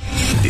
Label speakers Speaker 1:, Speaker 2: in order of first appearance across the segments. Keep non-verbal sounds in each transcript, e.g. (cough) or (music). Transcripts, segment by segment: Speaker 1: The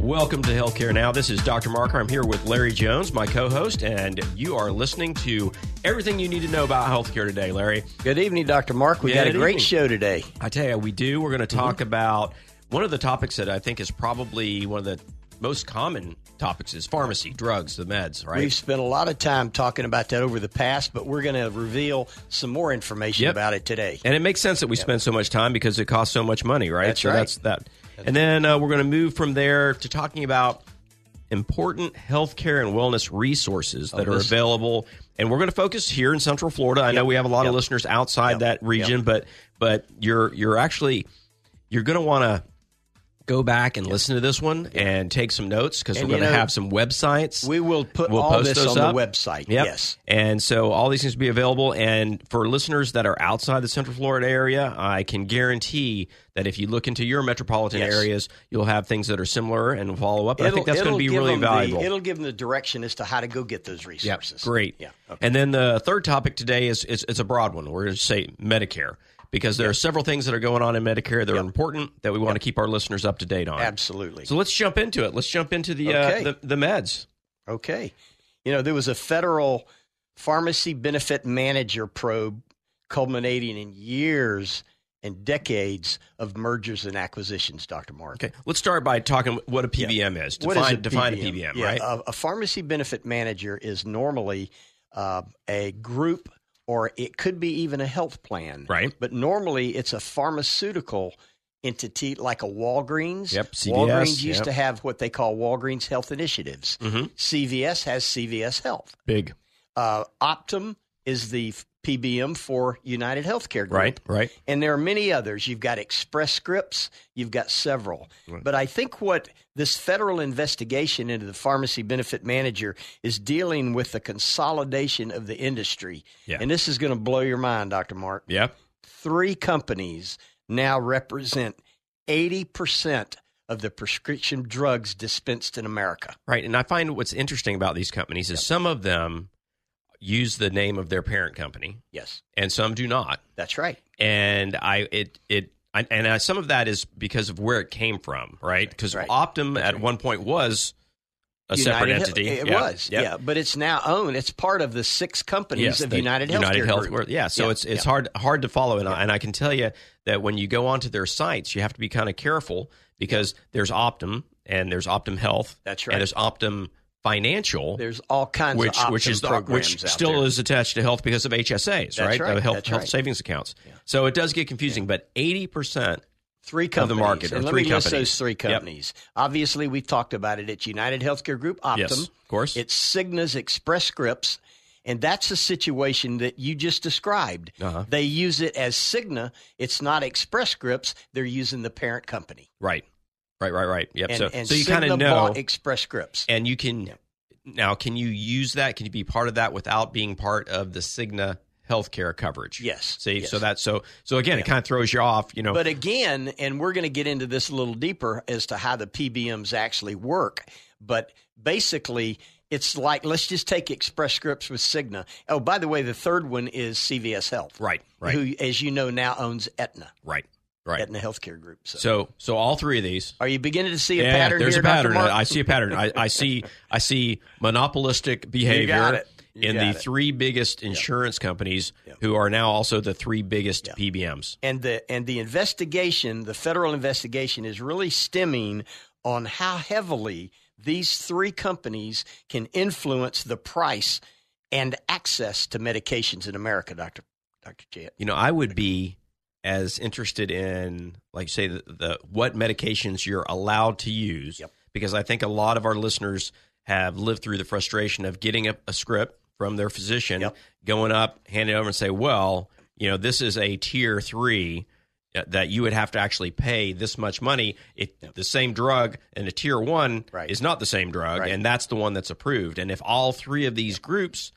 Speaker 2: Welcome to Healthcare Now. This is Dr. Marker. I'm here with Larry Jones, my co host, and you are listening to everything you need to know about healthcare today, Larry.
Speaker 3: Good evening, Dr. Mark. We got a
Speaker 2: Good
Speaker 3: great
Speaker 2: evening.
Speaker 3: show today.
Speaker 2: I tell you, we do. We're going to talk about one of the topics that I think is probably one of the most common topics is pharmacy, drugs, the meds, right?
Speaker 3: We've spent a lot of time talking about that over the past, but we're going to reveal some more information
Speaker 2: Yep.
Speaker 3: about it today.
Speaker 2: and it makes sense that we spend so much time because it costs so much money, right?
Speaker 3: That's
Speaker 2: so
Speaker 3: right.
Speaker 2: that's that. And then uh, we're going to move from there to talking about important healthcare and wellness resources that are
Speaker 3: Oh, this-
Speaker 2: available. And we're going to focus here in Central Florida. I know we have a lot of listeners outside that region, but but you're you're actually you're going to want to go back and listen to this one and take some notes because we're
Speaker 3: And
Speaker 2: going
Speaker 3: you
Speaker 2: to
Speaker 3: know,
Speaker 2: have some websites.
Speaker 3: we will put all
Speaker 2: post
Speaker 3: this
Speaker 2: those
Speaker 3: on the
Speaker 2: up.
Speaker 3: website,
Speaker 2: Yep.
Speaker 3: yes.
Speaker 2: And so all these things will be available. And for listeners that are outside the Central Florida area, I can guarantee that if you look into your metropolitan
Speaker 3: Yes.
Speaker 2: areas, you'll have things that are similar and follow up. And I think
Speaker 3: It'll-
Speaker 2: that's going to
Speaker 3: it'll
Speaker 2: be
Speaker 3: give
Speaker 2: really
Speaker 3: them the-
Speaker 2: valuable.
Speaker 3: it'll give them the direction as to how to go get those
Speaker 2: Yeah,
Speaker 3: resources.
Speaker 2: great.
Speaker 3: Yeah.
Speaker 2: And then the third topic today is, is it's a broad one. We're going to say Medicare because there are several things that are going on in Medicare that are important that we want to keep our listeners up to date on.
Speaker 3: Absolutely.
Speaker 2: So let's jump into it. Let's jump into the
Speaker 3: Okay.
Speaker 2: uh, the, the meds.
Speaker 3: Okay. You know, there was a federal pharmacy benefit manager probe culminating in years and decades of mergers and acquisitions, Dr. Mark.
Speaker 2: Okay, let's start by talking what a PBM is. Define,
Speaker 3: What is
Speaker 2: define a PBM,
Speaker 3: Yeah, uh,
Speaker 2: right?
Speaker 3: A, a pharmacy benefit manager is normally uh, a group, or it could be even a health plan.
Speaker 2: Right.
Speaker 3: But normally, it's a pharmaceutical entity like a Walgreens.
Speaker 2: Yep, CVS,
Speaker 3: Walgreens used
Speaker 2: yep. Mm-hmm.
Speaker 3: to have what they call Walgreens Health Initiatives. CVS has CVS Health.
Speaker 2: Big,
Speaker 3: Uh, Optum is the f- PBM for United Healthcare Group.
Speaker 2: right? Right.
Speaker 3: And there are many others. You've got Express Scripts, you've got several. But I think what this federal investigation into the pharmacy benefit manager is dealing with the consolidation of the industry.
Speaker 2: Yeah.
Speaker 3: And this is going to blow your mind, Dr. Mark.
Speaker 2: Yeah.
Speaker 3: Three companies now represent 80% of the prescription drugs dispensed in America.
Speaker 2: Right. And I find what's interesting about these companies is some of them use the name of their parent company,
Speaker 3: Yes,
Speaker 2: and some do not.
Speaker 3: that's right.
Speaker 2: and I it it I, and I, some of that is because of where it came from, right? Because
Speaker 3: Right.
Speaker 2: Optum at one point was a separate
Speaker 3: Health-
Speaker 2: entity.
Speaker 3: It
Speaker 2: Yeah.
Speaker 3: was,
Speaker 2: Yep.
Speaker 3: yeah. But it's now owned. It's part of the six companies
Speaker 2: Yes,
Speaker 3: of
Speaker 2: the
Speaker 3: United, Healthcare
Speaker 2: Health-
Speaker 3: Group.
Speaker 2: Yeah, so it's it's hard hard to follow, and, I, and I can tell you that when you go onto their sites, you have to be kind of careful because there's Optum and there's Optum Health.
Speaker 3: That's right.
Speaker 2: And there's Optum Financial.
Speaker 3: There's all kinds
Speaker 2: which
Speaker 3: of
Speaker 2: which
Speaker 3: Optum
Speaker 2: is the,
Speaker 3: programs
Speaker 2: which
Speaker 3: out
Speaker 2: still
Speaker 3: there.
Speaker 2: is attached to health because of HSAs, right?
Speaker 3: right.
Speaker 2: The health
Speaker 3: That's
Speaker 2: health
Speaker 3: right.
Speaker 2: savings accounts. So it does get confusing, but eighty percent
Speaker 3: three
Speaker 2: of
Speaker 3: companies
Speaker 2: the market, or
Speaker 3: And let
Speaker 2: three
Speaker 3: me list
Speaker 2: companies.
Speaker 3: those three
Speaker 2: Yep.
Speaker 3: companies. Obviously, we've talked about it. It's United Healthcare Group, Optum,
Speaker 2: Yes, of course.
Speaker 3: It's Cigna's Express Scripts, and that's the situation that you just described.
Speaker 2: Uh-huh.
Speaker 3: They use it as Cigna. It's not Express Scripts. They're using the parent company,
Speaker 2: Right. Right, right, right. Yep.
Speaker 3: and,
Speaker 2: so,
Speaker 3: and
Speaker 2: so you
Speaker 3: Cigna
Speaker 2: kind of know,
Speaker 3: bought Express Scripts.
Speaker 2: and you can now. Can you use that? Can you be part of that without being part of the Cigna healthcare coverage?
Speaker 3: Yes,
Speaker 2: See,
Speaker 3: yes.
Speaker 2: so that so so again, it kind of throws you off. You know,
Speaker 3: But again, and we're going to get into this a little deeper as to how the PBMs actually work. But basically, it's like let's just take Express Scripts with Cigna. Oh, by the way, the third one is CVS Health,
Speaker 2: Right, right.
Speaker 3: Who, as you know, now owns Aetna,
Speaker 2: right, right.
Speaker 3: Aetna Healthcare Group. So,
Speaker 2: So so all three of these.
Speaker 3: are you beginning to see a
Speaker 2: yeah,
Speaker 3: pattern?
Speaker 2: there's
Speaker 3: here,
Speaker 2: a pattern.
Speaker 3: Dr. Mark?
Speaker 2: I see a pattern. I, I see I see monopolistic behavior
Speaker 3: it. You
Speaker 2: in
Speaker 3: got
Speaker 2: the
Speaker 3: it.
Speaker 2: three biggest insurance companies who are now also the three biggest PBMs.
Speaker 3: and the and the investigation, the federal investigation, is really stemming on how heavily these three companies can influence the price and access to medications in America, Dr. Dr. Jett.
Speaker 2: You know, I would be as interested in, like, say, the, the what medications you're allowed to use,
Speaker 3: Yep.
Speaker 2: because I think a lot of our listeners have lived through the frustration of getting a, a script from their physician,
Speaker 3: Yep.
Speaker 2: going up, handing it over, and say, well, you know, this is a tier three uh, that you would have to actually pay this much money. If the same drug and a tier one
Speaker 3: Right.
Speaker 2: is not the same drug,
Speaker 3: Right.
Speaker 2: and that's the one that's approved. And if all three of these groups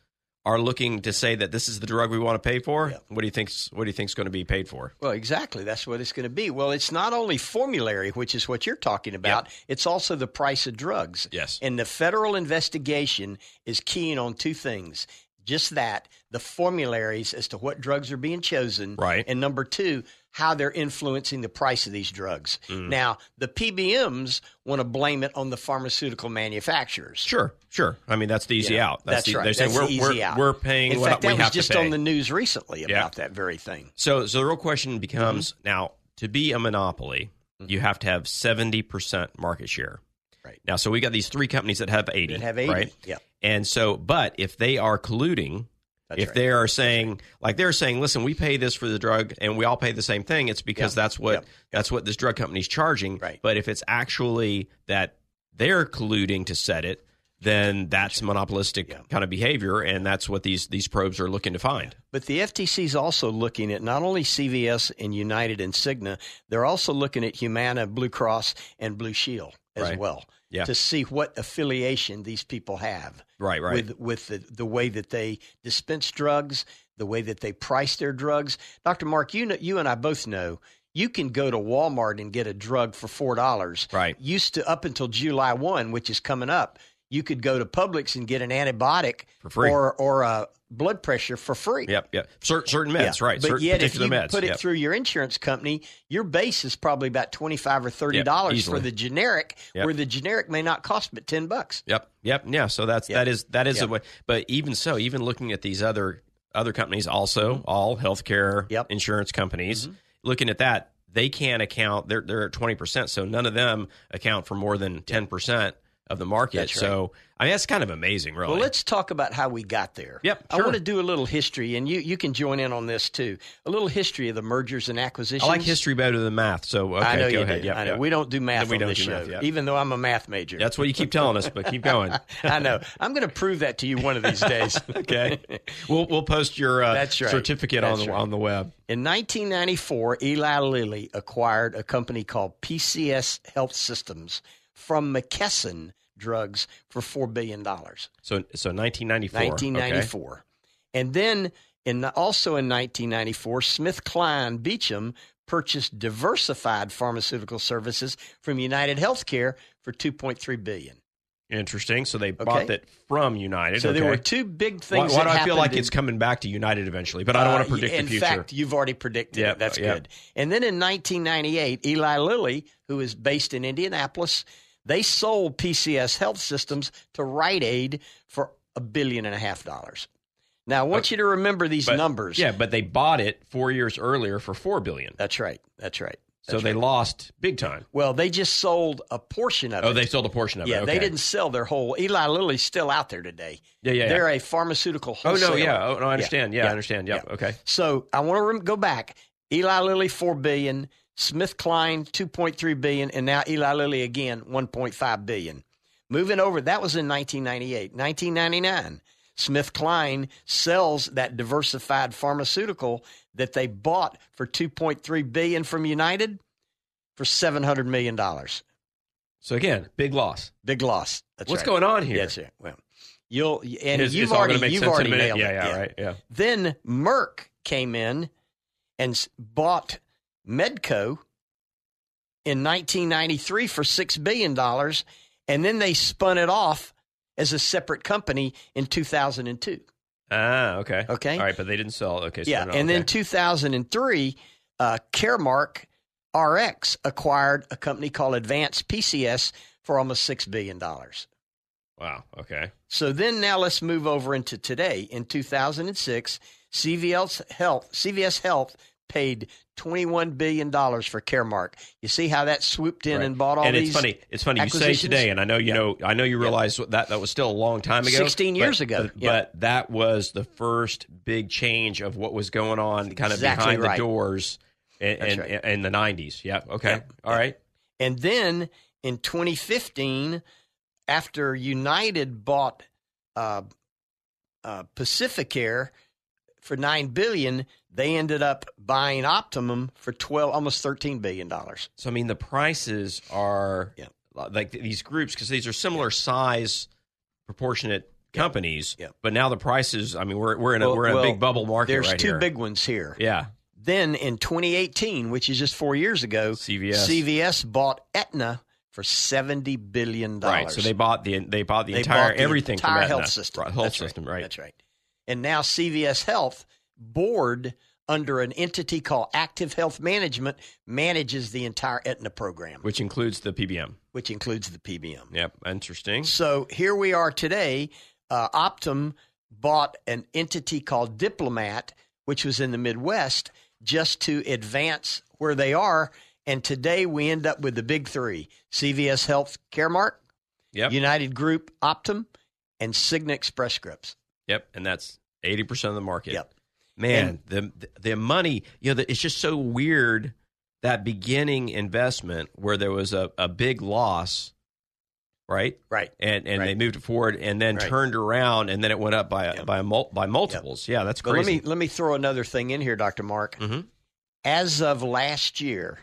Speaker 2: are looking to say that this is the drug we want to pay for, what do you think's what do you think's going to be paid for?
Speaker 3: Well, exactly. That's what it's going to be. Well, it's not only formulary, which is what you're talking about, it's also the price of drugs.
Speaker 2: Yes.
Speaker 3: And the federal investigation is keying on two things just that, the formularies as to what drugs are being chosen.
Speaker 2: Right.
Speaker 3: And number two, how they're influencing the price of these drugs.
Speaker 2: Mm.
Speaker 3: Now, the PBMs want to blame it on the pharmaceutical manufacturers.
Speaker 2: Sure, sure. I mean, that's the easy
Speaker 3: Yeah,
Speaker 2: out. That's, the,
Speaker 3: right.
Speaker 2: They're saying
Speaker 3: That's
Speaker 2: we're,
Speaker 3: the easy
Speaker 2: we're,
Speaker 3: out.
Speaker 2: we're paying
Speaker 3: In
Speaker 2: what
Speaker 3: fact,
Speaker 2: we
Speaker 3: that was
Speaker 2: have
Speaker 3: just
Speaker 2: to pay.
Speaker 3: on the news recently about
Speaker 2: Yeah.
Speaker 3: that very thing.
Speaker 2: so, so the real question
Speaker 3: Mm-hmm.
Speaker 2: becomes now to be a monopoly, you have to have seventy percent market share.
Speaker 3: Right.
Speaker 2: Now, so we got these three companies that have eighty.
Speaker 3: That have 80.
Speaker 2: Right.
Speaker 3: Yeah.
Speaker 2: And so, but if they are colluding,
Speaker 3: That's
Speaker 2: if
Speaker 3: right.
Speaker 2: they are saying, like they're saying, listen, we pay this for the drug, and we all pay the same thing. It's because
Speaker 3: Yeah.
Speaker 2: that's what
Speaker 3: Yeah.
Speaker 2: that's what this drug company's charging.
Speaker 3: Right.
Speaker 2: But if it's actually that they're colluding to set it, then that's monopolistic
Speaker 3: Yeah.
Speaker 2: kind of behavior, and that's what these these probes are looking to find.
Speaker 3: But the FTC is also looking at not only CVS and United and Cigna, they're also looking at Humana, Blue Cross, and Blue Shield as
Speaker 2: Right.
Speaker 3: well
Speaker 2: Yeah.
Speaker 3: to see what affiliation these people have
Speaker 2: Right. Right.
Speaker 3: with, with the, the way that they dispense drugs, the way that they price their drugs. Dr. Mark, you, know, you and I both know you can go to Walmart and get a drug for $4.
Speaker 2: Right.
Speaker 3: Used to, up until July 1, which is coming up, you could go to Publix and get an antibiotic
Speaker 2: For free.
Speaker 3: or, or a blood pressure for free.
Speaker 2: Yep. Yep. Cer- certain meds.
Speaker 3: Yeah.
Speaker 2: Right.
Speaker 3: But
Speaker 2: certain
Speaker 3: yet, if
Speaker 2: particular
Speaker 3: you
Speaker 2: meds.
Speaker 3: put it
Speaker 2: yep.
Speaker 3: through your insurance company, your base is probably about twenty five or thirty dollars
Speaker 2: easily.
Speaker 3: for the generic,
Speaker 2: Yep.
Speaker 3: where the generic may not cost but ten bucks.
Speaker 2: Yep. Yep. Yeah. So that's
Speaker 3: Yep.
Speaker 2: that is that is a
Speaker 3: Yep.
Speaker 2: way. But even so, even looking at these other other companies, also all healthcare
Speaker 3: Mm-hmm. Yep. Mm-hmm.
Speaker 2: insurance companies, looking at that, they can't account. They're they're at twenty percent. So none of them account for more than ten percent of the market.
Speaker 3: That's right.
Speaker 2: So I mean, that's kind of amazing, really.
Speaker 3: Well, let's talk about how we got there.
Speaker 2: Yep,
Speaker 3: I
Speaker 2: sure.
Speaker 3: want to do a little history, and you you can join in on this too. A little history of the mergers and acquisitions.
Speaker 2: I like history better than math. So okay,
Speaker 3: I know
Speaker 2: go
Speaker 3: you
Speaker 2: ahead.
Speaker 3: do.
Speaker 2: Yep,
Speaker 3: I know.
Speaker 2: yep.
Speaker 3: We don't do math
Speaker 2: we
Speaker 3: on
Speaker 2: don't
Speaker 3: this
Speaker 2: do
Speaker 3: show,
Speaker 2: math, yep.
Speaker 3: even though I'm a math major.
Speaker 2: That's what you keep telling us, but keep going.
Speaker 3: (laughs) I know. I'm going to prove that to you one of these days.
Speaker 2: (laughs) okay, we'll we'll post your uh,
Speaker 3: That's right.
Speaker 2: certificate
Speaker 3: That's
Speaker 2: on the
Speaker 3: right.
Speaker 2: on the web.
Speaker 3: In 1994, Eli Lilly acquired a company called PCS Health Systems from McKesson Drugs for $4 billion.
Speaker 2: So so nineteen ninety four.
Speaker 3: 1994. And then in also in 1994, Smith Klein Beecham purchased Diversified Pharmaceutical Services from United Healthcare for 2.3 billion.
Speaker 2: Interesting. So they
Speaker 3: Okay.
Speaker 2: bought that from United.
Speaker 3: So there
Speaker 2: okay.
Speaker 3: were two big
Speaker 2: Why,
Speaker 3: things
Speaker 2: why do
Speaker 3: that
Speaker 2: I feel
Speaker 3: happened
Speaker 2: like
Speaker 3: in-
Speaker 2: it's coming back to United eventually? But I don't want to
Speaker 3: Uh,
Speaker 2: predict
Speaker 3: in
Speaker 2: the future.
Speaker 3: fact, you've already predicted
Speaker 2: Yep,
Speaker 3: it. That's
Speaker 2: yep.
Speaker 3: good. And then in 1998, Eli Lilly, who is based in Indianapolis, they sold PCS Health Systems to Rite Aid for a billion and a half dollars. Now, I want you to remember these
Speaker 2: But-
Speaker 3: numbers.
Speaker 2: Yeah, but they bought it four years earlier for four billion.
Speaker 3: That's right. That's right.
Speaker 2: so they lost big time.
Speaker 3: Well, they just sold a portion of it.
Speaker 2: Oh, they sold a portion of
Speaker 3: yeah,
Speaker 2: it.
Speaker 3: they
Speaker 2: okay.
Speaker 3: didn't sell their whole. Eli Lilly's still out there today.
Speaker 2: Yeah, yeah, yeah.
Speaker 3: They're a pharmaceutical
Speaker 2: Oh
Speaker 3: wholesaler.
Speaker 2: no, yeah. Oh no, I understand. Yeah,
Speaker 3: yeah,
Speaker 2: I understand. Yep.
Speaker 3: yeah.
Speaker 2: Okay.
Speaker 3: So I want to rem- go back. Eli Lilly four billion, Smith Klein two point three billion, and now Eli Lilly again one point five billion. Moving over, that was in 1998, 1999. Smith Klein sells that diversified pharmaceutical that they bought for 2.3 billion from United for 700 million dollars.
Speaker 2: So again, big loss.
Speaker 3: Big loss. That's
Speaker 2: What's
Speaker 3: right.
Speaker 2: going on here?
Speaker 3: That's it. Well, you'll and
Speaker 2: It's-
Speaker 3: you've
Speaker 2: it's all
Speaker 3: already
Speaker 2: gonna make
Speaker 3: you've
Speaker 2: sense in a
Speaker 3: already
Speaker 2: minute.
Speaker 3: nailed
Speaker 2: yeah,
Speaker 3: it.
Speaker 2: Yeah, right. Yeah.
Speaker 3: Then Merck came in and s- bought Medco in 1993 for six billion dollars, and then they spun it off as a separate company in 2002.
Speaker 2: Ah, okay.
Speaker 3: Okay.
Speaker 2: All right, but they didn't sell. Okay. So
Speaker 3: yeah,
Speaker 2: they're not-
Speaker 3: and then
Speaker 2: okay.
Speaker 3: 2003, uh, Caremark RX acquired a company called Advanced PCS for almost six billion dollars.
Speaker 2: Wow. Okay.
Speaker 3: So then now let's move over into today. In 2006, CVS Health, CVS Health paid $21 billion for Caremark. You see how that swooped in
Speaker 2: Right.
Speaker 3: and bought all
Speaker 2: and
Speaker 3: these.
Speaker 2: it's funny. It's funny you say
Speaker 3: acquisitions?
Speaker 2: today, and I know you know. I know you realize that that was still a long time ago,
Speaker 3: 16 years
Speaker 2: but-
Speaker 3: ago.
Speaker 2: But,
Speaker 3: Yeah.
Speaker 2: but that was the first big change of what was going on, kind of
Speaker 3: Exactly
Speaker 2: behind the
Speaker 3: right.
Speaker 2: doors, in, in,
Speaker 3: right.
Speaker 2: in the nineties. Yeah. Okay.
Speaker 3: Yeah.
Speaker 2: All right.
Speaker 3: And then in 2015, after United bought uh, uh, Pacificare for nine billion, they ended up buying Optimum for twelve, almost thirteen billion dollars.
Speaker 2: So I mean, the prices are
Speaker 3: Yeah.
Speaker 2: like these groups because these are similar size, proportionate companies.
Speaker 3: Yeah.
Speaker 2: But now the prices. I mean, we're we're in a
Speaker 3: Well-
Speaker 2: we're in
Speaker 3: well,
Speaker 2: a big bubble market
Speaker 3: There's
Speaker 2: right
Speaker 3: two
Speaker 2: here.
Speaker 3: big ones here.
Speaker 2: yeah.
Speaker 3: Then in 2018, which is just four years ago,
Speaker 2: CVS.
Speaker 3: CVS bought Aetna for seventy billion dollars.
Speaker 2: Right. So they bought the they bought the
Speaker 3: They
Speaker 2: entire
Speaker 3: bought the
Speaker 2: everything from
Speaker 3: entire
Speaker 2: Aetna.
Speaker 3: health system.
Speaker 2: Right, health
Speaker 3: That's
Speaker 2: system. Right.
Speaker 3: That's right. And now CVS Health board under an entity called Active Health Management manages the entire Aetna program,
Speaker 2: Which includes the PBM.
Speaker 3: which includes the PBM.
Speaker 2: Yep. Interesting.
Speaker 3: So here we are today. Uh, Optum bought an entity called Diplomat, which was in the Midwest, just to advance where they are. And today we end up with the big three: CVS Health, Caremark,
Speaker 2: Yep.
Speaker 3: United Group, Optum, and Cigna Express Scripts.
Speaker 2: yep. And that's eighty percent of the market.
Speaker 3: Yep.
Speaker 2: Man, the the money. You know, the, it's just so weird that beginning investment where there was a, a big loss, right?
Speaker 3: Right.
Speaker 2: And and they
Speaker 3: Right.
Speaker 2: moved it forward and then
Speaker 3: Right.
Speaker 2: turned around and then it went up by by a mul- by multiples. Yeah, that's
Speaker 3: But let
Speaker 2: crazy.
Speaker 3: me let me throw another thing in here, Doctor Mark.
Speaker 2: Mhm.
Speaker 3: As of last year,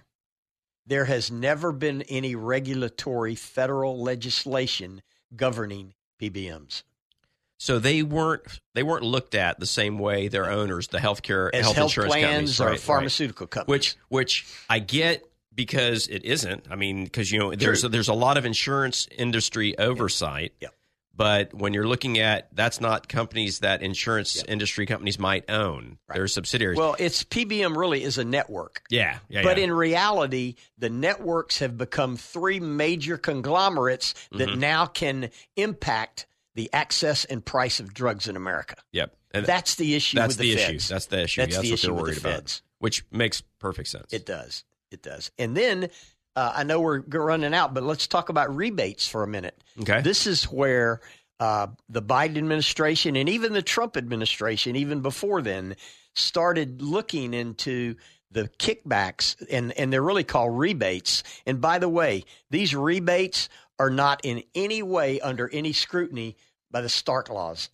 Speaker 3: there has never been any regulatory federal legislation governing PBMs
Speaker 2: So they weren't they weren't looked at the same way their owners, the healthcare
Speaker 3: as
Speaker 2: health,
Speaker 3: health,
Speaker 2: insurance companies,
Speaker 3: plans or
Speaker 2: right, right.
Speaker 3: pharmaceutical companies.
Speaker 2: which which I get because it isn't. I mean, because you know, there's there's a lot of insurance industry oversight.
Speaker 3: Yep.
Speaker 2: But when you're looking at that's not companies that insurance industry companies might own. They're subsidiaries.
Speaker 3: well, it's PBM really is a network.
Speaker 2: yeah, yeah,
Speaker 3: But
Speaker 2: yeah.
Speaker 3: in reality, the networks have become three major conglomerates that
Speaker 2: Mm-hmm.
Speaker 3: now can impact the access and price of drugs in America.
Speaker 2: yep. And
Speaker 3: That's the issue.
Speaker 2: that's
Speaker 3: with the,
Speaker 2: issue.
Speaker 3: feds.
Speaker 2: That's the issue.
Speaker 3: That's the
Speaker 2: what
Speaker 3: issue
Speaker 2: they're
Speaker 3: with
Speaker 2: worried
Speaker 3: the feds.
Speaker 2: about. Which makes perfect sense.
Speaker 3: It does. It does. And then uh, I know we're g- running out, but let's talk about rebates for a minute.
Speaker 2: Okay.
Speaker 3: This is where uh, the Biden administration and even the Trump administration, even before then, started looking into the kickbacks, and, and they're really called rebates. And by the way, these rebates are not in any way under any scrutiny by the Stark laws.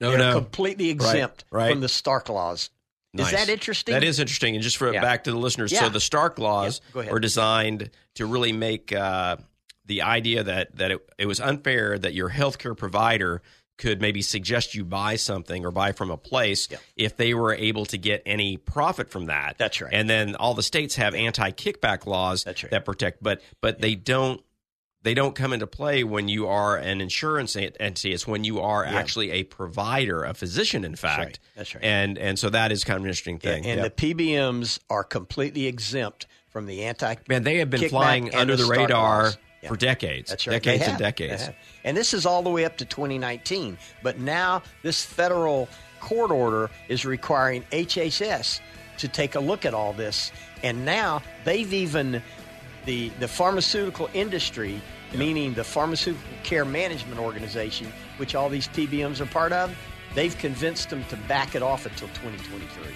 Speaker 2: no,
Speaker 3: they're
Speaker 2: Oh, no.
Speaker 3: completely exempt
Speaker 2: right.
Speaker 3: from the Stark laws.
Speaker 2: Nice.
Speaker 3: Is that interesting?
Speaker 2: That is interesting. And just for
Speaker 3: Yeah.
Speaker 2: back to the listeners,
Speaker 3: Yeah.
Speaker 2: so the Stark laws
Speaker 3: Yeah, go ahead.
Speaker 2: were designed to really make uh, the idea that that it, it was unfair that your healthcare provider could maybe suggest you buy something or buy from a place if they were able to get any profit from that.
Speaker 3: That's right.
Speaker 2: And then all the states have anti-kickback laws
Speaker 3: That's right.
Speaker 2: that protect, but but they don't. They don't come into play when you are an insurance en- entity. It's when you are actually a provider, a physician, in fact.
Speaker 3: right. That's right.
Speaker 2: And and so that is kind of an interesting thing.
Speaker 3: And
Speaker 2: Yeah.
Speaker 3: the PBMs are completely exempt from the anti.
Speaker 2: Man, they have been
Speaker 3: kickback
Speaker 2: flying
Speaker 3: and
Speaker 2: under the,
Speaker 3: start
Speaker 2: radar
Speaker 3: laws. Yeah.
Speaker 2: for decades.
Speaker 3: That's right.
Speaker 2: Decades
Speaker 3: They have.
Speaker 2: and decades.
Speaker 3: They have. And this is all the way up to 2019. But now this federal court order is requiring HHS to take a look at all this. And now they've even the the pharmaceutical industry, meaning the pharmaceutical care management organization, which all these PBMs are part of, they've convinced them to back it off until 2023.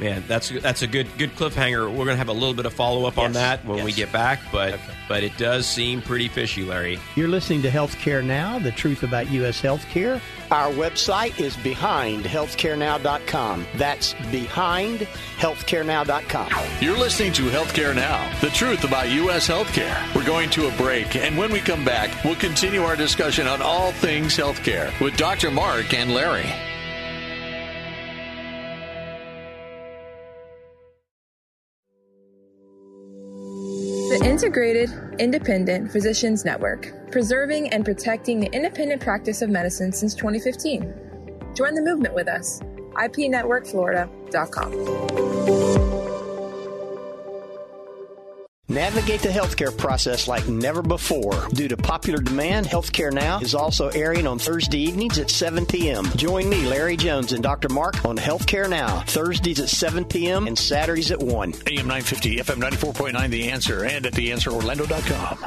Speaker 2: Man, that's that's a good good cliffhanger. We're going to have a little bit of follow up on
Speaker 3: Yes.
Speaker 2: that when we
Speaker 3: Yes.
Speaker 2: get back, but
Speaker 3: Okay.
Speaker 2: but it does seem pretty fishy, Larry.
Speaker 3: You're listening to Healthcare Now, the truth about U.S. healthcare. Our website is behindhealthcarenow.com. That's behindhealthcarenow.com.
Speaker 4: You're listening to Healthcare Now, the truth about U.S. healthcare. We're going to a break, and when we come back, we'll continue our discussion on all things healthcare with Dr. Mark and Larry.
Speaker 5: The Integrated Independent Physicians Network, preserving and protecting the independent practice of medicine since 2015. Join the movement with us. IPNetworkFlorida.com.
Speaker 3: Navigate the healthcare process like never before. Due to popular demand, Healthcare Now is also airing on Thursday evenings at 7 p.m. Join me, Larry Jones, and Dr. Mark on Healthcare Now, Thursdays at 7 p.m. and Saturdays at 1.
Speaker 6: AM 950, FM 94.9, The Answer, and at TheAnswerOrlando.com.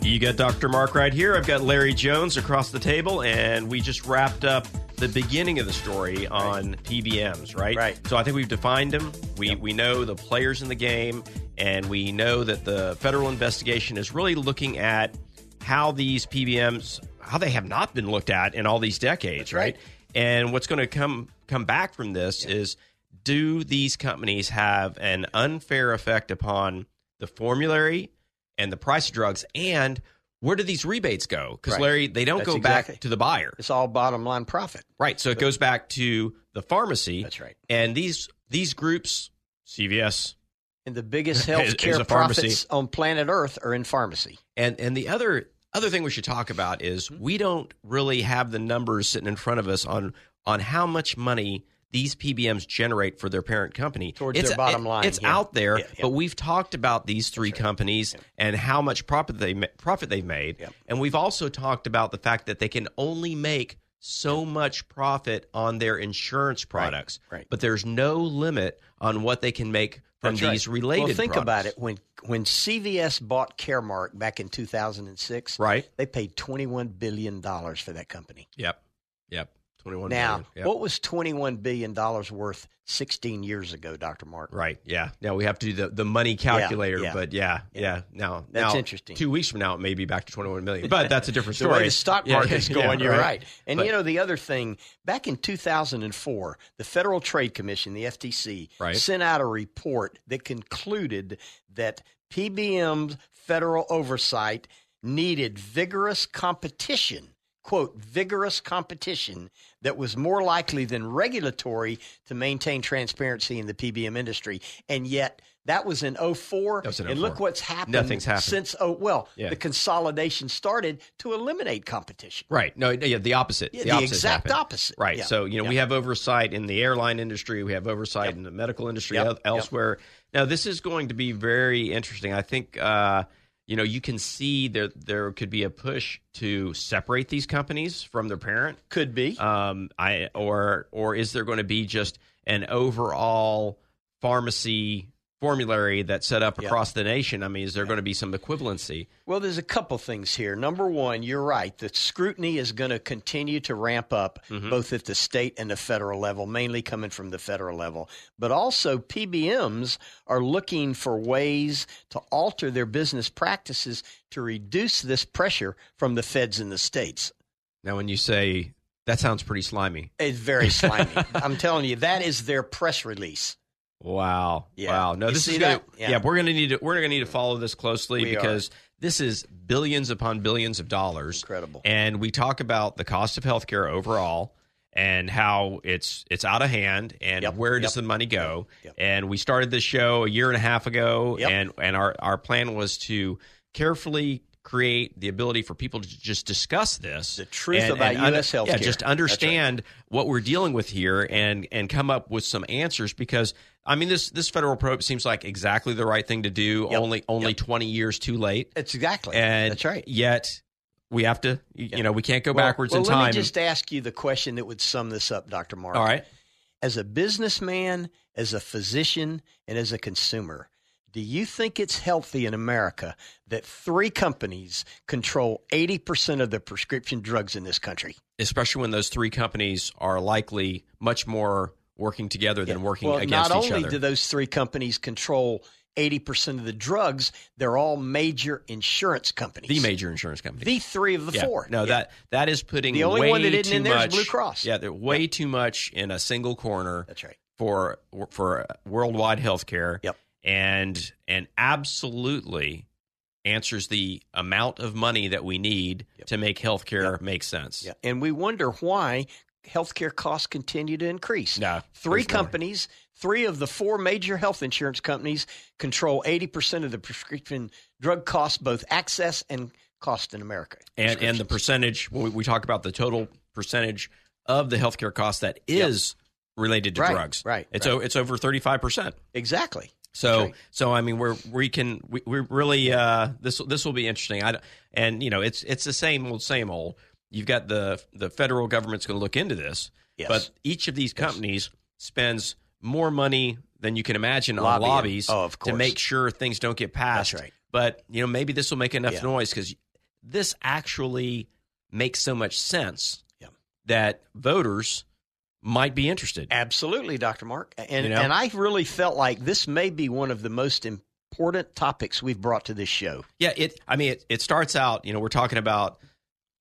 Speaker 2: You got Dr. Mark right here. I've got Larry Jones across the table, and we just wrapped up the beginning of the story on PBMs, right?
Speaker 3: Right.
Speaker 2: So I think we've defined them. We we know the players in the game, and we know that the federal investigation is really looking at how these PBMs, how they have not been looked at in all these decades, right? And what's going to come come back from this is do these companies have an unfair effect upon the formulary and the price of drugs and where do these rebates go? Because
Speaker 3: Right.
Speaker 2: Larry, they don't
Speaker 3: That's
Speaker 2: go
Speaker 3: exactly-
Speaker 2: back to the buyer.
Speaker 3: It's all bottom line profit.
Speaker 2: Right. So it goes back to the pharmacy.
Speaker 3: That's right.
Speaker 2: And these these groups, CVS,
Speaker 3: And the biggest
Speaker 2: Is- is
Speaker 3: healthcare
Speaker 2: a pharmacy.
Speaker 3: profits on planet Earth are in pharmacy.
Speaker 2: and and the other other thing we should talk about is
Speaker 3: Mm-hmm.
Speaker 2: we don't really have the numbers sitting in front of us on on how much money these PBMs generate for their parent company.
Speaker 3: Towards their bottom line,
Speaker 2: It's
Speaker 3: yeah.
Speaker 2: out there,
Speaker 3: Yeah, yeah.
Speaker 2: but we've talked about these three companies and how much profit they ma- profit they've made, and we've also talked about the fact that they can only make so much profit on their insurance products,
Speaker 3: right.
Speaker 2: but there's no limit on what they can make from
Speaker 3: That's right.
Speaker 2: these related.
Speaker 3: Well, think about
Speaker 2: products.
Speaker 3: it. When when CVS bought Caremark back in 2006,
Speaker 2: Right.
Speaker 3: they paid 21 billion dollars for that company.
Speaker 2: Yep. Yep. Twenty one.
Speaker 3: Now, what was 21 billion dollars worth 16 years ago, Dr. Mark?
Speaker 2: Right. Yeah. Now we have to do the, the money calculator,
Speaker 3: yeah.
Speaker 2: but yeah, yeah. Now
Speaker 3: That's
Speaker 2: now,
Speaker 3: interesting.
Speaker 2: Two weeks from now, it may be back to twenty one million, (laughs) but that's a different
Speaker 3: (laughs) The
Speaker 2: story.
Speaker 3: way the stock
Speaker 2: Yeah, (laughs)
Speaker 3: market's
Speaker 2: yeah,
Speaker 3: going, you're right. And
Speaker 2: But-
Speaker 3: you know the other thing, back in 2004, the Federal Trade Commission, the FTC,
Speaker 2: Right.
Speaker 3: sent out a report that concluded that PBM's federal oversight needed vigorous competition. Quote, vigorous competition that was more likely than regulatory to maintain transparency in the PBM industry. And yet, that was in 04.
Speaker 2: was in
Speaker 3: And look
Speaker 2: 04.
Speaker 3: what's happened,
Speaker 2: Nothing's happened.
Speaker 3: since, oh, well,
Speaker 2: Yeah.
Speaker 3: the consolidation started to eliminate competition.
Speaker 2: Right. No, yeah, the opposite.
Speaker 3: Yeah,
Speaker 2: the
Speaker 3: the
Speaker 2: opposite's
Speaker 3: exact
Speaker 2: happened.
Speaker 3: opposite.
Speaker 2: Right.
Speaker 3: Yeah.
Speaker 2: So, you know, we have oversight in the airline industry, we have oversight in the medical industry
Speaker 3: Yep.
Speaker 2: el-
Speaker 3: Yep.
Speaker 2: elsewhere. Now, this is going to be very interesting. I think uh, you know, you can see there there could be a push to separate these companies from their parent.
Speaker 3: Could be.
Speaker 2: um, I or or is there going to be just an overall pharmacy formulary that's set up across the nation? I mean, is there going to be some equivalency?
Speaker 3: Well, there's a couple things here. Number one, you're right. The scrutiny is going to continue to ramp up, both at the state and the federal level, mainly coming from the federal level. But also, PBMs are looking for ways to alter their business practices to reduce this pressure from the feds and the states.
Speaker 2: Now, when you say that sounds pretty slimy.
Speaker 3: It's very slimy. I'm telling you, that is their press release.
Speaker 2: Wow!
Speaker 3: Yeah.
Speaker 2: Wow! No,
Speaker 3: You
Speaker 2: this
Speaker 3: see
Speaker 2: is gonna,
Speaker 3: that?
Speaker 2: yeah.
Speaker 3: Yeah.
Speaker 2: We're gonna need to we're gonna need to follow this closely
Speaker 3: We are.
Speaker 2: because this is billions upon billions of dollars.
Speaker 3: Incredible.
Speaker 2: And we talk about the cost of healthcare overall and how it's it's out of hand and
Speaker 3: Yep,
Speaker 2: where does
Speaker 3: yep,
Speaker 2: the money go?
Speaker 3: yep, yep.
Speaker 2: And we started this show a year and a half ago,
Speaker 3: Yep.
Speaker 2: and and our our plan was to carefully create the ability for people to just discuss this
Speaker 3: The truth
Speaker 2: and-
Speaker 3: about
Speaker 2: and under-
Speaker 3: US
Speaker 2: yeah,
Speaker 3: healthcare.
Speaker 2: just understand what we're dealing with here and and come up with some answers because I mean this this federal probe seems like exactly the right thing to do
Speaker 3: Yep.
Speaker 2: only only 20 years too late
Speaker 3: That's exactly.
Speaker 2: and
Speaker 3: That's right.
Speaker 2: yet we have to y- you know we can't go
Speaker 3: Well-
Speaker 2: backwards
Speaker 3: well,
Speaker 2: in
Speaker 3: Let
Speaker 2: time
Speaker 3: me just ask you the question that would sum this up, Dr. Mark.
Speaker 2: all right
Speaker 3: As a businessman, as a physician, and as a consumer, do you think it's healthy in America that three companies control 80% of the prescription drugs in this country?
Speaker 2: especially when those three companies are likely much more working together than working
Speaker 3: well,
Speaker 2: against
Speaker 3: not
Speaker 2: each
Speaker 3: only
Speaker 2: other
Speaker 3: do those three companies control 80% of the drugs, they're all major insurance companies.
Speaker 2: the major insurance companies
Speaker 3: The three of the
Speaker 2: Yeah.
Speaker 3: four.
Speaker 2: No, that that is putting
Speaker 3: The only
Speaker 2: way
Speaker 3: one that isn't
Speaker 2: too
Speaker 3: in there is
Speaker 2: much-
Speaker 3: Blue Cross.
Speaker 2: Yeah, they're way too much in a single corner
Speaker 3: That's right.
Speaker 2: for for worldwide healthcare.
Speaker 3: Yep.
Speaker 2: and and absolutely answers the amount of money that we need to make healthcare make sense.
Speaker 3: Yeah. And we wonder why healthcare costs continue to increase.
Speaker 2: No,
Speaker 3: three
Speaker 2: there's no way.
Speaker 3: companies, three of the four major health insurance companies control 80% of the prescription drug costs, both access and cost in America.
Speaker 2: And and the percentage when we, we talk about the total percentage of the healthcare cost that is related to
Speaker 3: Right,
Speaker 2: drugs.
Speaker 3: right,
Speaker 2: It's
Speaker 3: right.
Speaker 2: o- it's over 35%.
Speaker 3: Exactly.
Speaker 2: So
Speaker 3: That's right.
Speaker 2: so I mean we're we can we, we're really uh this this will be interesting. I d- and you know it's it's the same old same old. You've got the the federal government's going to look into this,
Speaker 3: Yes.
Speaker 2: but each of these companies spends more money than you can imagine
Speaker 3: Lobbying.
Speaker 2: on lobbies
Speaker 3: Oh, of
Speaker 2: to
Speaker 3: course.
Speaker 2: make sure things don't get passed.
Speaker 3: That's right.
Speaker 2: But you know maybe this will make enough
Speaker 3: Yeah.
Speaker 2: noise because this actually makes so much sense
Speaker 3: Yeah.
Speaker 2: that voters might be interested.
Speaker 3: Absolutely, Dr. Mark. And,
Speaker 2: You know?
Speaker 3: and I really felt like this may be one of the most important topics we've brought to this show.
Speaker 2: Yeah, it. I mean, it, it starts out. You know, we're talking about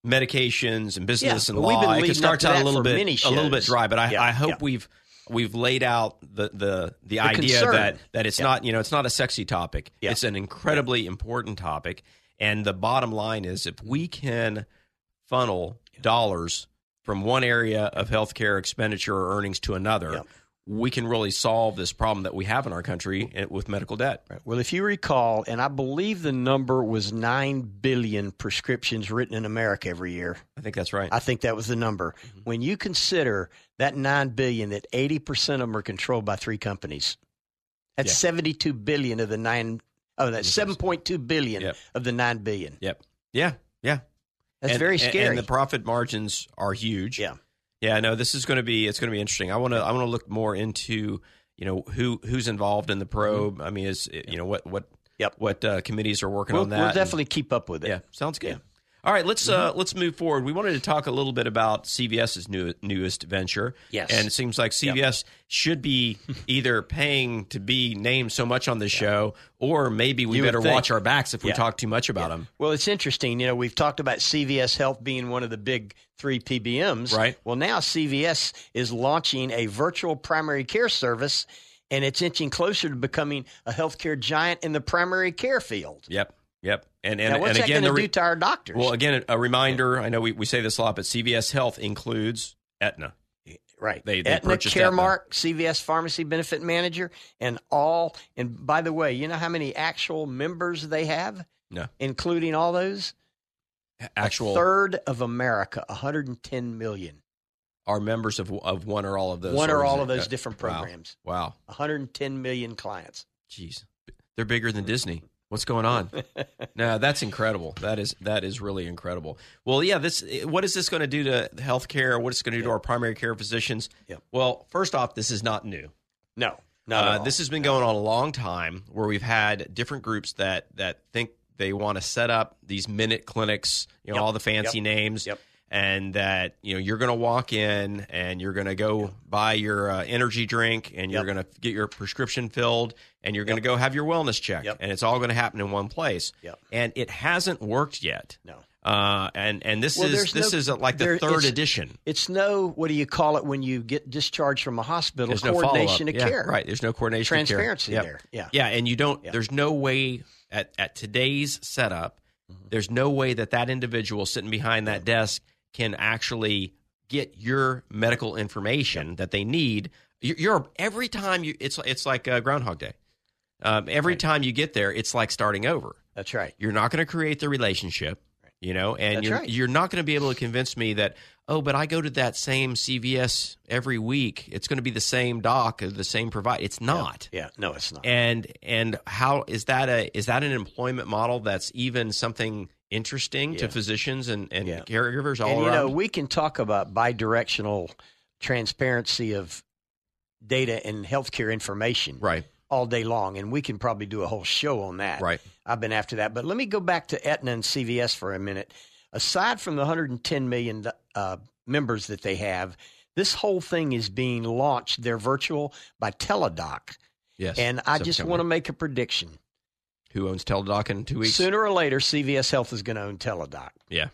Speaker 2: medications and business
Speaker 3: Yeah,
Speaker 2: and
Speaker 3: but we've
Speaker 2: law.
Speaker 3: been
Speaker 2: It
Speaker 3: leading up
Speaker 2: starts
Speaker 3: to
Speaker 2: out
Speaker 3: that
Speaker 2: a little
Speaker 3: for
Speaker 2: bit,
Speaker 3: many
Speaker 2: a little bit
Speaker 3: shows.
Speaker 2: dry. But I,
Speaker 3: Yeah,
Speaker 2: I hope
Speaker 3: yeah.
Speaker 2: we've we've laid out the the the, idea
Speaker 3: concern.
Speaker 2: that that it's
Speaker 3: Yeah.
Speaker 2: not you know it's not a sexy topic.
Speaker 3: Yeah.
Speaker 2: It's an incredibly important topic, and the bottom line is if we can funnel dollars from one area of healthcare expenditure or earnings to another.
Speaker 3: Yeah.
Speaker 2: We can really solve this problem that we have in our country eh, with medical debt.
Speaker 3: Right. Well, if you recall, and I believe the number was 9 billion prescriptions written in America every year.
Speaker 2: I think that's right.
Speaker 3: I think that was the number.
Speaker 2: Mm-hmm.
Speaker 3: When you consider that 9 billion that 80% of them are controlled by three companies. That's
Speaker 2: Yeah.
Speaker 3: 72 billion of the 9 Oh, that's 7.2 billion
Speaker 2: Yep.
Speaker 3: of the 9 billion.
Speaker 2: Yep. Yeah. Yeah.
Speaker 3: That's
Speaker 2: And-
Speaker 3: very
Speaker 2: and-
Speaker 3: scary.
Speaker 2: And the profit margins are huge.
Speaker 3: yeah.
Speaker 2: Yeah. No, this is going to be it's going to be interesting. I want to I want to look more into you know who who's involved in the probe. I mean, is you know what what
Speaker 3: Mm-hmm. Yep.
Speaker 2: what uh, committees are working
Speaker 3: We'll,
Speaker 2: on that?
Speaker 3: we'll
Speaker 2: and-
Speaker 3: definitely Mm-hmm. keep up with it.
Speaker 2: yeah. Sounds good. All right, let's uh, let's move forward. We wanted to talk a little bit about CVS's new, newest venture.
Speaker 3: Yes.
Speaker 2: and it seems like CVS should
Speaker 3: (laughs)
Speaker 2: be either paying to be named so much on this show, or maybe we
Speaker 3: You would
Speaker 2: better
Speaker 3: think.
Speaker 2: watch our backs if we
Speaker 3: Yeah.
Speaker 2: talk too much about them.
Speaker 3: Well, it's interesting. You know, we've talked about CVS Health being one of the big three PBMs.
Speaker 2: Right.
Speaker 3: Well, now CVS is launching a virtual primary care service, and it's inching closer to becoming a healthcare giant in the primary care field.
Speaker 2: Yep, yep. And and,
Speaker 3: now, what's
Speaker 2: and
Speaker 3: that
Speaker 2: again,
Speaker 3: going to
Speaker 2: the re-
Speaker 3: do to our doctors?
Speaker 2: Well, again, a reminder. I know we, we say this a lot, but CVS Health includes Aetna.
Speaker 3: right.
Speaker 2: they- they
Speaker 3: Aetna,
Speaker 2: purchased Aetna.
Speaker 3: Caremark, CVS Pharmacy Benefit Manager, and all. And by the way, you know how many actual members they have,
Speaker 2: No,
Speaker 3: including all those?
Speaker 2: actual
Speaker 3: A third of America, 110 million.
Speaker 2: are members of of one or all of those.
Speaker 3: One or all
Speaker 2: organiza- uh,
Speaker 3: of those different
Speaker 2: Wow.
Speaker 3: programs.
Speaker 2: Wow,
Speaker 3: 110 million clients.
Speaker 2: jeez, they're bigger than Disney. What's going
Speaker 3: (laughs)
Speaker 2: on? no, that's incredible. That is that is really incredible. Well, yeah, this what is this going to do to healthcare? What is it going to do to our primary care physicians?
Speaker 3: Yep.
Speaker 2: Well, first off, this is not new.
Speaker 3: No,
Speaker 2: Uh, this has been going on a long time, where we've had different groups that that think they want to set up these minute clinics, you know,
Speaker 3: Yep.
Speaker 2: all the fancy
Speaker 3: Yep.
Speaker 2: names,
Speaker 3: Yep.
Speaker 2: and that you know you're going to walk in and you're going to go buy your uh, energy drink and you're
Speaker 3: Yep.
Speaker 2: going to get your prescription filled and you're going to go have your wellness check,
Speaker 3: Yep.
Speaker 2: and it's all going to happen in one place.
Speaker 3: Yep.
Speaker 2: And it hasn't worked yet.
Speaker 3: No.
Speaker 2: Uh, and and this
Speaker 3: Well,
Speaker 2: is
Speaker 3: there's
Speaker 2: this
Speaker 3: no-
Speaker 2: is uh, like the
Speaker 3: there-
Speaker 2: third
Speaker 3: it's-
Speaker 2: edition.
Speaker 3: It's no, what do you call it when you get discharged from a hospital?
Speaker 2: There's no
Speaker 3: coordination
Speaker 2: follow-up.
Speaker 3: of
Speaker 2: Yeah,
Speaker 3: care.
Speaker 2: Right. There's no coordination
Speaker 3: Transparency
Speaker 2: of care.
Speaker 3: there. Yeah.
Speaker 2: Yeah. And you don't,
Speaker 3: Yeah.
Speaker 2: there's no way at, at today's setup,
Speaker 3: Mm-hmm.
Speaker 2: there's no way that that individual sitting behind that desk can actually get your medical information that they need. You're, you're every time you, it's, it's like uh, Groundhog Day. Um, every time you get there, it's like starting over.
Speaker 3: That's right.
Speaker 2: You're not going to create the relationship, you know, and
Speaker 3: That's
Speaker 2: you're
Speaker 3: right.
Speaker 2: you're not going to be able to convince me that oh, but I go to that same CVS every week. It's going to be the same doc, or the same provider. It's not.
Speaker 3: Yeah. No, it's not.
Speaker 2: And and how is that a is that an employment model that's even something interesting to physicians and and
Speaker 3: Yeah.
Speaker 2: caregivers all
Speaker 3: and you
Speaker 2: around?
Speaker 3: know, we can talk about bi-directional transparency of data and healthcare information.
Speaker 2: right.
Speaker 3: all day long, and we can probably do a whole show on that.
Speaker 2: Right.
Speaker 3: I've been after that, but let me go back to Aetna and CVS for a minute. Aside from the 110 million uh, members that they have, this whole thing is being launched. They're virtual by Teledoc,
Speaker 2: Yes.
Speaker 3: and I
Speaker 2: So
Speaker 3: just
Speaker 2: tell
Speaker 3: want to
Speaker 2: me,
Speaker 3: make a prediction.
Speaker 2: who owns Teledoc in two weeks.
Speaker 3: Sooner or later, CVS Health is going to own Teledoc.
Speaker 2: Yeah.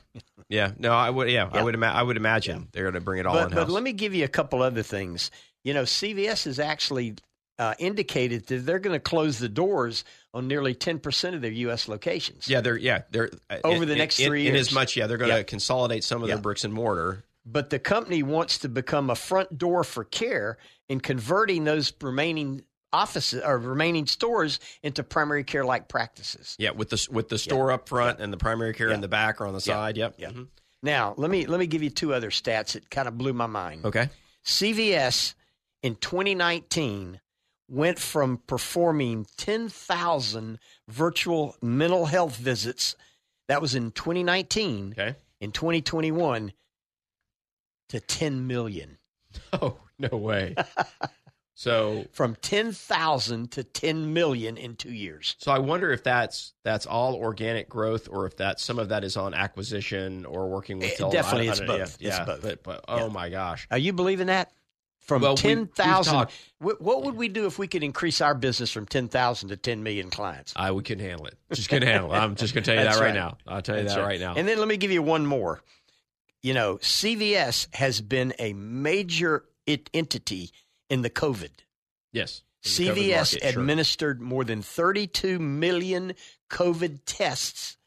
Speaker 2: Yeah. No, I would. Yeah, I
Speaker 3: Yeah.
Speaker 2: would. Ima- I would imagine they're going to bring it all in
Speaker 3: but,
Speaker 2: house.
Speaker 3: But let me give you a couple other things. You know, CVS is actually uh, indicated that they're going to close the doors on nearly 10% of their U.S. locations.
Speaker 2: Yeah, they're yeah they're uh,
Speaker 3: Over
Speaker 2: in-
Speaker 3: the next
Speaker 2: in-
Speaker 3: three
Speaker 2: In
Speaker 3: years.
Speaker 2: as much, yeah, they're going to
Speaker 3: Yeah.
Speaker 2: consolidate some of
Speaker 3: Yeah.
Speaker 2: their bricks and mortar.
Speaker 3: But the company wants to become a front door for care in converting those remaining offices or remaining stores into primary care like practices.
Speaker 2: Yeah, with the s- with the store up front and the primary care in the back or on the side. Yep.
Speaker 3: Yeah.
Speaker 2: Mhm.
Speaker 3: Now, let me let me give you two other stats that kind of blew my mind.
Speaker 2: Okay.
Speaker 3: CVS in 2019 went from performing 10,000 virtual mental health visits that was in 2019
Speaker 2: Okay.
Speaker 3: in 2021 to 10 million
Speaker 2: (laughs) Oh no
Speaker 3: (laughs)
Speaker 2: way. so
Speaker 3: from 10,000 to 10 million in 2 years.
Speaker 2: so I wonder if that's that's all organic growth or if that some of that is on acquisition or working with.
Speaker 3: It-
Speaker 2: Del-
Speaker 3: definitely it's
Speaker 2: don't-
Speaker 3: both.
Speaker 2: Yeah,
Speaker 3: It's
Speaker 2: yeah,
Speaker 3: both.
Speaker 2: But, but oh
Speaker 3: Yeah.
Speaker 2: my gosh.
Speaker 3: Are you believing that? From
Speaker 2: Well, we- we've
Speaker 3: 10,000
Speaker 2: talked-
Speaker 3: Wh- what would we do if we could increase our business from 10,000 to 10 million clients?
Speaker 2: I we couldn't handle it. Just couldn't handle it. I'm just going to tell you
Speaker 3: (laughs) That's
Speaker 2: that right,
Speaker 3: right.
Speaker 2: now. I'll tell you
Speaker 3: That's
Speaker 2: that right, now.
Speaker 3: And then let me give you one more. You know, CVS has been a major it entity in the COVID.
Speaker 2: yes. In the COVID
Speaker 3: CVS
Speaker 2: market, sure.
Speaker 3: administered more than 32 million COVID tests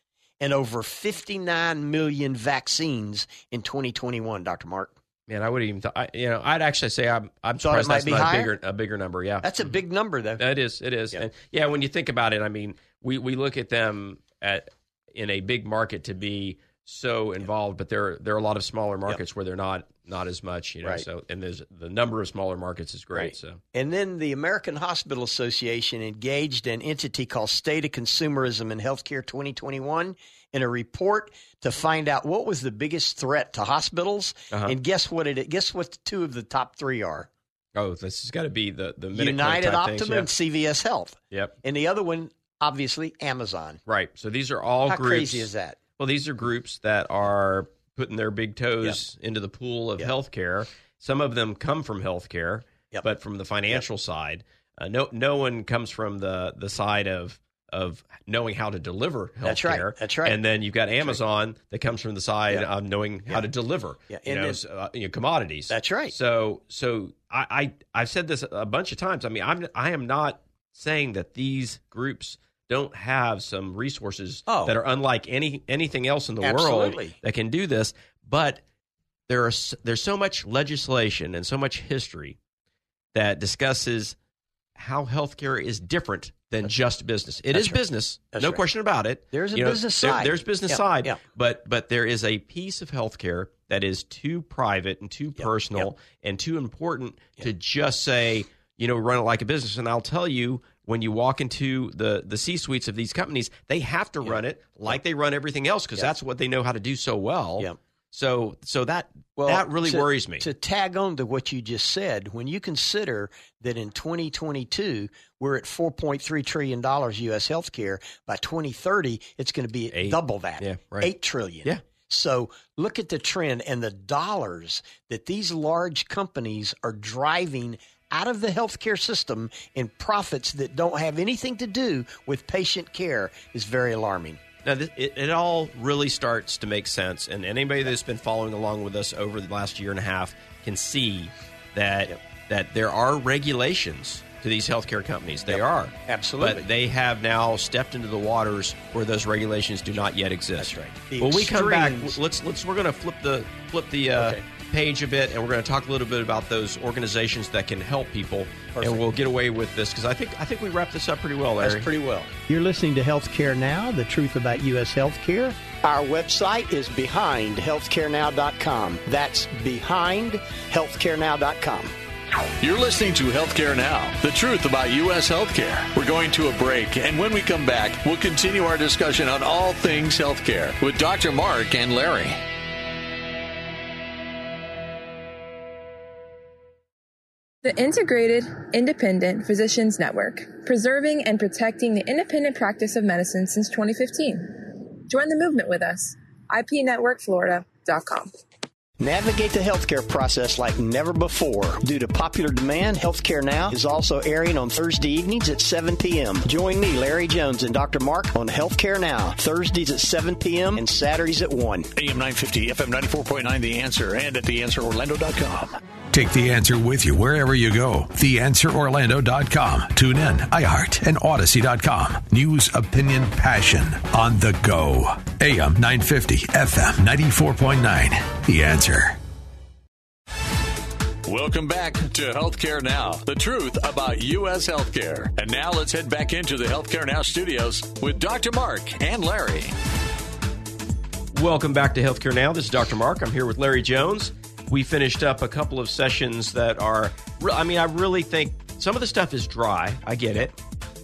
Speaker 3: and over 59 million vaccines in 2021, Dr. Mark.
Speaker 2: Man, I would even. Th- I, you know, I'd actually say I'm. I'm
Speaker 3: Thought it
Speaker 2: surprised
Speaker 3: might
Speaker 2: that's
Speaker 3: be
Speaker 2: not a
Speaker 3: higher?
Speaker 2: bigger a bigger number. Yeah,
Speaker 3: That's a big number, though.
Speaker 2: It is. It is.
Speaker 3: Yeah.
Speaker 2: And yeah, when you think about it, I mean, we, we look at them at in a big market to be so involved, but there there are a lot of smaller markets where they're not not as much. You know,
Speaker 3: Right.
Speaker 2: so and there's the number of smaller markets is great.
Speaker 3: Right.
Speaker 2: So
Speaker 3: And then the American Hospital Association engaged an entity called State of Consumerism in Healthcare 2021 in a report to find out what was the biggest threat to hospitals.
Speaker 2: Uh-huh.
Speaker 3: And guess what? It guess what? The two of the top three are
Speaker 2: oh, this has got to be the the Medicare
Speaker 3: United
Speaker 2: type
Speaker 3: Optum
Speaker 2: things.
Speaker 3: and CVS Health,
Speaker 2: Yeah. Yep.
Speaker 3: and the other one, obviously, Amazon.
Speaker 2: Right. So these are all
Speaker 3: How
Speaker 2: groups.
Speaker 3: crazy is that?
Speaker 2: Well, these are groups that are putting their big toes into the pool of
Speaker 3: Yeah.
Speaker 2: healthcare. Some of them come from healthcare,
Speaker 3: Yep.
Speaker 2: but from the financial side. Uh, no, no one comes from the the side of of knowing how to deliver healthcare.
Speaker 3: That's right. That's right.
Speaker 2: And then you've got Amazon that comes from the side
Speaker 3: Yeah.
Speaker 2: of knowing how to deliver.
Speaker 3: Yeah.
Speaker 2: you
Speaker 3: And
Speaker 2: know,
Speaker 3: then-
Speaker 2: s- uh, you know, commodities.
Speaker 3: That's right.
Speaker 2: So, so I, I I've said this a bunch of times. I mean, I'm I am not saying that these groups don't have some resources
Speaker 3: Oh.
Speaker 2: that are unlike any anything else in the world
Speaker 3: Absolutely.
Speaker 2: that can do this. But there are s- there's so much legislation and so much history that discusses how healthcare is different than just business. It is business,
Speaker 3: That's
Speaker 2: no
Speaker 3: right.
Speaker 2: question about it.
Speaker 3: There's a business side.
Speaker 2: There's business
Speaker 3: Yeah,
Speaker 2: side,
Speaker 3: yeah.
Speaker 2: but but there is a piece of healthcare that is too private and too personal and too important to just say you know run it like a business. And I'll tell you. When you walk into the, the C suites of these companies, they have to run it like they run everything else because that's what they know how to do so well.
Speaker 3: Yeah.
Speaker 2: So so that that really
Speaker 3: to-
Speaker 2: worries me.
Speaker 3: To tag on to what you just said, when you consider that in 2022 we're at 4.3 trillion dollars U.S. healthcare, by 2030 it's going to be
Speaker 2: Eight.
Speaker 3: double that,
Speaker 2: Yeah, right.
Speaker 3: eight trillion.
Speaker 2: Yeah.
Speaker 3: So look at the trend and the dollars that these large companies are driving out of the healthcare system in profits that don't have anything to do with patient care is very alarming.
Speaker 2: Now, th- it, it all really starts to make sense, and anybody that's been following along with us over the last year and a half can see that that there are regulations to these healthcare companies. They are
Speaker 3: Absolutely.
Speaker 2: but they have now stepped into the waters where those regulations do not yet exist. That's right.
Speaker 3: The
Speaker 2: when we come back,
Speaker 3: extremes-
Speaker 2: w- let's let's we're going to flip the flip the uh,
Speaker 3: Okay.
Speaker 2: page a bit, and we're going to talk a little bit about those organizations that can help people, and we'll get away with this because I think I think we wrapped this up pretty well, Larry.
Speaker 3: That's pretty well. You're listening to Healthcare Now, the truth about U.S. healthcare. Our website is behindhealthcarenow.com. That's behindhealthcarenow.com.
Speaker 4: You're listening to Healthcare Now, the truth about U.S. healthcare. We're going to a break, and when we come back, we'll continue our discussion on all things healthcare with Dr. Mark and Larry.
Speaker 5: The Integrated Independent Physicians Network, preserving and protecting the independent practice of medicine since 2015. Join the movement with us. IPNetworkFlorida.com.
Speaker 3: Navigate the healthcare process like never before. Due to popular demand, Healthcare Now is also airing on Thursday evenings at 7 p.m. Join me, Larry Jones, and Dr. Mark on Healthcare Now, Thursdays at 7 p.m. and Saturdays at 1.
Speaker 6: AM 950, FM 94.9, The Answer, and at theanswerorlando.com.
Speaker 1: Take the answer with you wherever you go. TheAnswerOrlando.com. Tune in, iHeart, and Odyssey.com. News, opinion, passion on the go. AM 950, FM 94.9. The answer.
Speaker 4: Welcome back to Healthcare Now, the truth about U.S. healthcare. And now let's head back into the Healthcare Now studios with Dr. Mark and Larry.
Speaker 2: Welcome back to Healthcare Now. This is Dr. Mark. I'm here with Larry Jones. We finished up a couple of sessions that are, re- I mean, I really think some of the stuff is dry. I get it.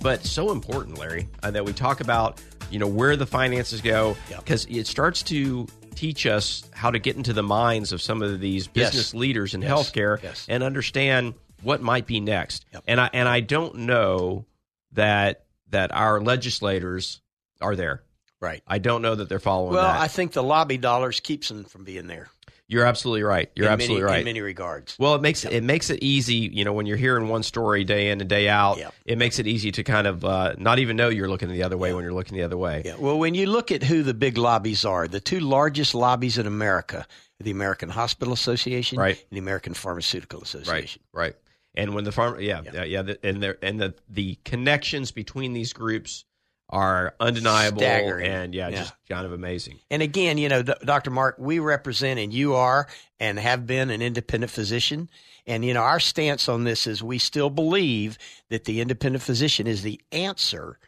Speaker 2: But so important, Larry, uh, that we talk about, you know, where the finances go because it starts to teach us how to get into the minds of some of these business leaders in healthcare
Speaker 3: Yes.
Speaker 2: and understand what might be next.
Speaker 3: Yep.
Speaker 2: And I and I don't know that that our legislators are there.
Speaker 3: Right.
Speaker 2: I don't know that they're following
Speaker 3: Well,
Speaker 2: that.
Speaker 3: I think the lobby dollars keeps them from being there.
Speaker 2: You're absolutely right. You're
Speaker 3: in
Speaker 2: absolutely
Speaker 3: many,
Speaker 2: right.
Speaker 3: In many regards.
Speaker 2: Well, it makes it makes it easy, you know, when you're hearing one story day in and day out.
Speaker 3: Yeah.
Speaker 2: It makes it easy to kind of uh, not even know you're looking the other way when you're looking the other way.
Speaker 3: Yeah. Well, when you look at who the big lobbies are, the two largest lobbies in America are the American Hospital Association
Speaker 2: Right.
Speaker 3: and the American Pharmaceutical
Speaker 2: Right,
Speaker 3: Association.
Speaker 2: right. And when the farm, yeah, yeah, yeah, the, and there and the the connections between these groups are undeniable
Speaker 3: Staggering.
Speaker 2: and yeah,
Speaker 3: Yeah.
Speaker 2: just kind of amazing.
Speaker 3: And again, you know, D- Dr. Mark, we represent and you are and have been an independent physician. And, you know, our stance on this is we still believe that the independent physician is the answer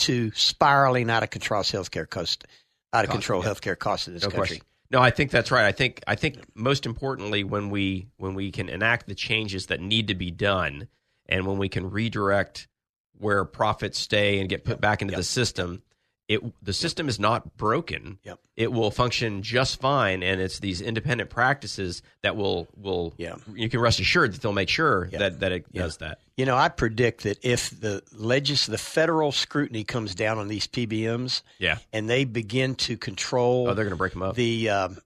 Speaker 3: to spiraling out of control healthcare cost, out of control healthcare costs in this
Speaker 2: No
Speaker 3: country.
Speaker 2: question. No, I think that's right. I think I think most importantly when we when we can enact the changes that need to be done and when we can redirect where profits stay and get put back into the system, it the system is not broken.
Speaker 3: Yep.
Speaker 2: It will function just fine and it's these independent practices that will will
Speaker 3: Yeah.
Speaker 2: you can rest assured that they'll make sure that that it does that.
Speaker 3: You know, I predict that if the legis the federal scrutiny comes down on these PBMs,
Speaker 2: Yeah.
Speaker 3: and they begin to control
Speaker 2: Oh, they're going to break them up.
Speaker 3: the um,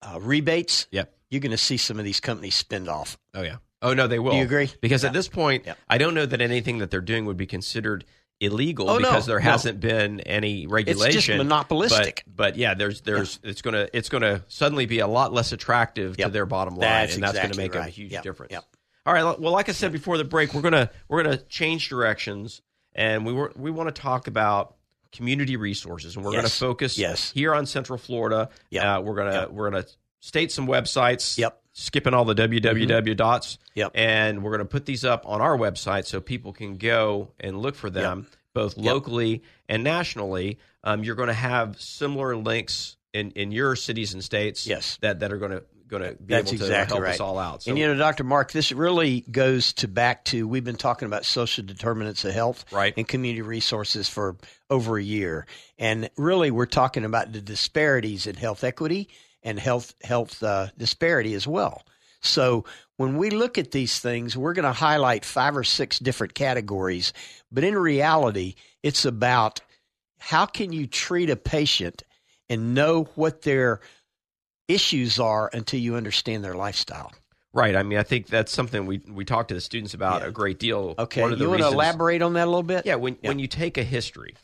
Speaker 3: uh, rebates,
Speaker 2: yep.
Speaker 3: you're going to see some of these companies spend off.
Speaker 2: Oh yeah. Oh no, they will.
Speaker 3: you agree?
Speaker 2: Because at this point,
Speaker 3: Yeah.
Speaker 2: I don't know that anything that they're doing would be considered illegal
Speaker 3: Oh, no.
Speaker 2: because there
Speaker 3: No.
Speaker 2: hasn't been any regulation.
Speaker 3: monopolistic.
Speaker 2: But, but yeah, there's there's it's gonna it's gonna suddenly be a lot less attractive to
Speaker 3: Yep.
Speaker 2: their bottom line,
Speaker 3: That's
Speaker 2: and that's
Speaker 3: exactly
Speaker 2: gonna make a
Speaker 3: right.
Speaker 2: huge
Speaker 3: Yep.
Speaker 2: difference.
Speaker 3: Yep.
Speaker 2: All right. Well, like I said before the break, we're gonna we're gonna change directions, and we were we want to talk about community resources, and we're gonna
Speaker 3: Yes.
Speaker 2: focus
Speaker 3: Yes.
Speaker 2: here on Central Florida.
Speaker 3: Yep.
Speaker 2: Uh, we're gonna
Speaker 3: Yep.
Speaker 2: we're gonna state some websites.
Speaker 3: Yep. Mm-hmm.
Speaker 2: Skipping all the www dots.
Speaker 3: Yep.
Speaker 2: And we're going to put these up on our website so people can go and look for them both locally and nationally. Um, you're going to have similar links in, in your cities and states
Speaker 3: Yes.
Speaker 2: that, that are going to going to be
Speaker 3: That's
Speaker 2: able to
Speaker 3: exactly
Speaker 2: help
Speaker 3: right.
Speaker 2: us all out. So,
Speaker 3: and you know, Dr. Mark, this really goes to back to we've been talking about social determinants of health
Speaker 2: Right.
Speaker 3: and community resources for over a year, and really we're talking about the disparities in health equity and health health uh, disparity as well. So when we look at these things, we're going to highlight five or six different categories, but in reality, it's about how can you treat a patient and know what their issues are until you understand their lifestyle.
Speaker 2: right. I mean, I think that's something we, we talk to the students about a great deal.
Speaker 3: Okay,
Speaker 2: One of the
Speaker 3: you want to
Speaker 2: reasons-
Speaker 3: elaborate on that a little bit?
Speaker 2: Yeah, when when you take a history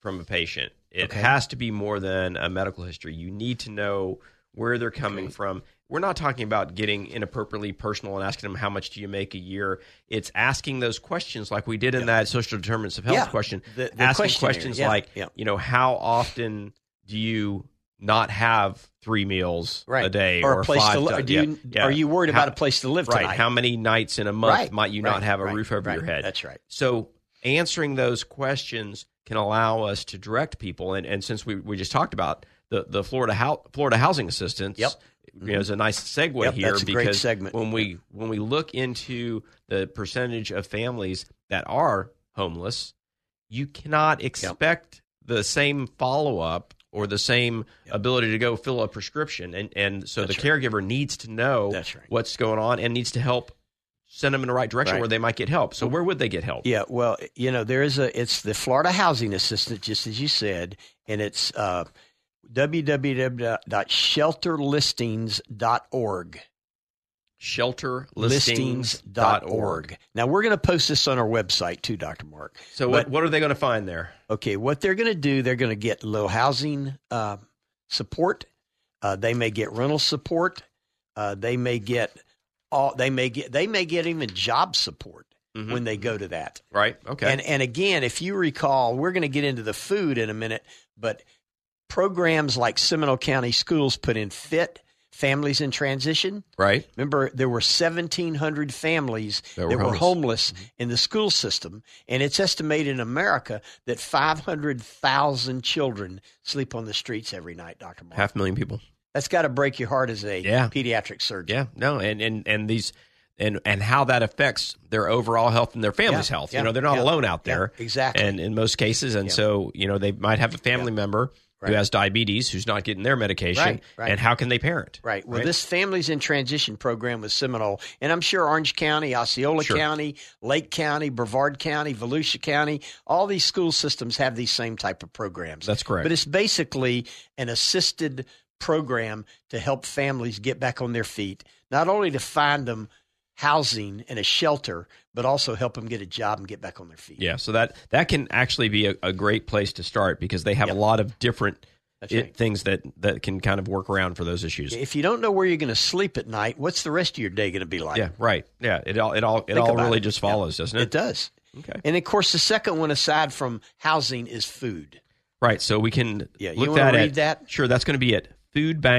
Speaker 2: from a patient, it
Speaker 3: Okay.
Speaker 2: has to be more than a medical history. You need to know where they're coming from. We're not talking about getting inappropriately personal and asking them how much do you make a year. It's asking those questions like we did in that social determinants of health
Speaker 3: Yeah.
Speaker 2: question.
Speaker 3: The- the
Speaker 2: asking
Speaker 3: questionnaire.
Speaker 2: questions
Speaker 3: Yeah.
Speaker 2: like,
Speaker 3: Yeah.
Speaker 2: you know, how often do you not have three meals
Speaker 3: right.
Speaker 2: a day
Speaker 3: or, a place
Speaker 2: five
Speaker 3: to live.
Speaker 2: ti-
Speaker 3: Do
Speaker 2: yeah,
Speaker 3: you,
Speaker 2: yeah.
Speaker 3: Are you worried
Speaker 2: How-
Speaker 3: about a place to live
Speaker 2: right.
Speaker 3: tonight?
Speaker 2: How many nights in a month
Speaker 3: Right,
Speaker 2: might you
Speaker 3: right,
Speaker 2: not have a
Speaker 3: right,
Speaker 2: roof over
Speaker 3: right.
Speaker 2: your head?
Speaker 3: That's right.
Speaker 2: So answering those questions can allow us to direct people. And, and since we, we just talked about the, the Florida hou- Florida housing assistance,
Speaker 3: Yep.
Speaker 2: you know, is a nice segue
Speaker 3: Yep,
Speaker 2: here
Speaker 3: that's a great
Speaker 2: because
Speaker 3: segment.
Speaker 2: when we when we look into the percentage of families that are homeless, you cannot expect the same follow up or the same ability to go fill a prescription. And and so the caregiver needs to know
Speaker 3: That's right.
Speaker 2: what's going on and needs to help send them in the right direction
Speaker 3: Right.
Speaker 2: where they might get help. So where would they get help?
Speaker 3: Yeah, well, you know, there is a. It's the Florida Housing Assistance, just as you said, and it's uh, www.shelterlistings.org.
Speaker 2: Shelterlistings.org.
Speaker 3: Now we're going to post this on our website too, Dr. Mark.
Speaker 2: So
Speaker 3: But-
Speaker 2: what, what are they going to find there?
Speaker 3: Okay, what they're going to do, they're going to get low housing uh, support. Uh, they may get rental support. Uh, they may get all they may get they may get even job support when they go to that.
Speaker 2: Right. Okay.
Speaker 3: And and again, if you recall, we're going to get into the food in a minute, but programs like Seminole County Schools put in FIT, Families in Transition.
Speaker 2: right.
Speaker 3: Remember, there were 1,700 families that were, homeless, Mm-hmm. in the school system, and it's estimated in America that 500,000 children sleep on the streets every night, Dr. Mark.
Speaker 2: Half a million people.
Speaker 3: That's got to break your heart as a
Speaker 2: Yeah.
Speaker 3: pediatric surgeon.
Speaker 2: Yeah, no, and and and these and and how that affects their overall health and their family's
Speaker 3: Yeah,
Speaker 2: health.
Speaker 3: yeah,
Speaker 2: you know, they're not
Speaker 3: yeah,
Speaker 2: alone out
Speaker 3: yeah,
Speaker 2: there,
Speaker 3: exactly.
Speaker 2: And in most cases, and so you know, they might have a family member
Speaker 3: Right.
Speaker 2: who has diabetes who's not getting their medication,
Speaker 3: Right, right.
Speaker 2: and how can they parent?
Speaker 3: Right. Well, this Families in Transition program was Seminole, and I'm sure Orange County, Osceola County, Lake County, Brevard County, Volusia County, all these school systems have these same type of programs.
Speaker 2: That's correct.
Speaker 3: But it's basically an assisted program to help families get back on their feet, not only to find them housing and a shelter, but also help them get a job and get back on their feet.
Speaker 2: Yeah, so that that can actually be a, a great place to start because they have a lot of different
Speaker 3: That's
Speaker 2: it,
Speaker 3: right.
Speaker 2: things that that can kind of work around for those issues.
Speaker 3: If you don't know where you're going to sleep at night, what's the rest of your day going to be like?
Speaker 2: Yeah, right. Yeah, it all it all it
Speaker 3: Think
Speaker 2: all
Speaker 3: about
Speaker 2: really
Speaker 3: it.
Speaker 2: just follows, doesn't it?
Speaker 3: It does.
Speaker 2: Okay.
Speaker 3: And of course, the second one, aside from housing, is food.
Speaker 2: Right. So we can
Speaker 3: Yeah, you
Speaker 2: look
Speaker 3: wanna
Speaker 2: that
Speaker 3: read
Speaker 2: at,
Speaker 3: that?
Speaker 2: Sure. That's going to be at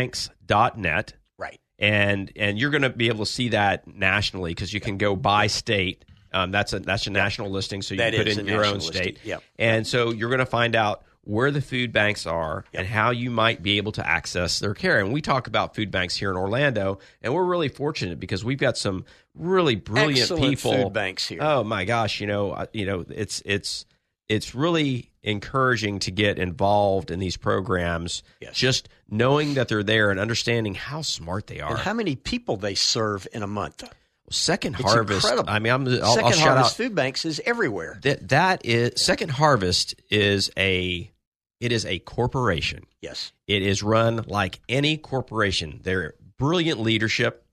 Speaker 2: foodbanks.net.
Speaker 3: Right.
Speaker 2: And and you're going to be able to see that nationally because you can go by state. Um, that's a that's a national listing, so you
Speaker 3: That
Speaker 2: can put
Speaker 3: is
Speaker 2: in
Speaker 3: a
Speaker 2: your own
Speaker 3: national listing.
Speaker 2: state.
Speaker 3: Yep.
Speaker 2: And so you're going to find out where the food banks are and how you might be able to access their care. And we talk about food banks here in Orlando, and we're really fortunate because we've got some really brilliant
Speaker 3: Excellent
Speaker 2: people
Speaker 3: food banks here.
Speaker 2: Oh my gosh, you know, I- you know, it's it's it's really encouraging to get involved in these programs.
Speaker 3: Yes.
Speaker 2: Just knowing that they're there and understanding how smart they are.
Speaker 3: And how many people they serve in a month?
Speaker 2: Second
Speaker 3: It's
Speaker 2: Harvest.
Speaker 3: incredible.
Speaker 2: I mean, I'm, I'll,
Speaker 3: 2nd
Speaker 2: I'll
Speaker 3: Harvest
Speaker 2: shout out
Speaker 3: Food Banks is everywhere.
Speaker 2: that that is Second Harvest is a it is a corporation.
Speaker 3: Yes.
Speaker 2: It is run like any corporation. They're brilliant leadership,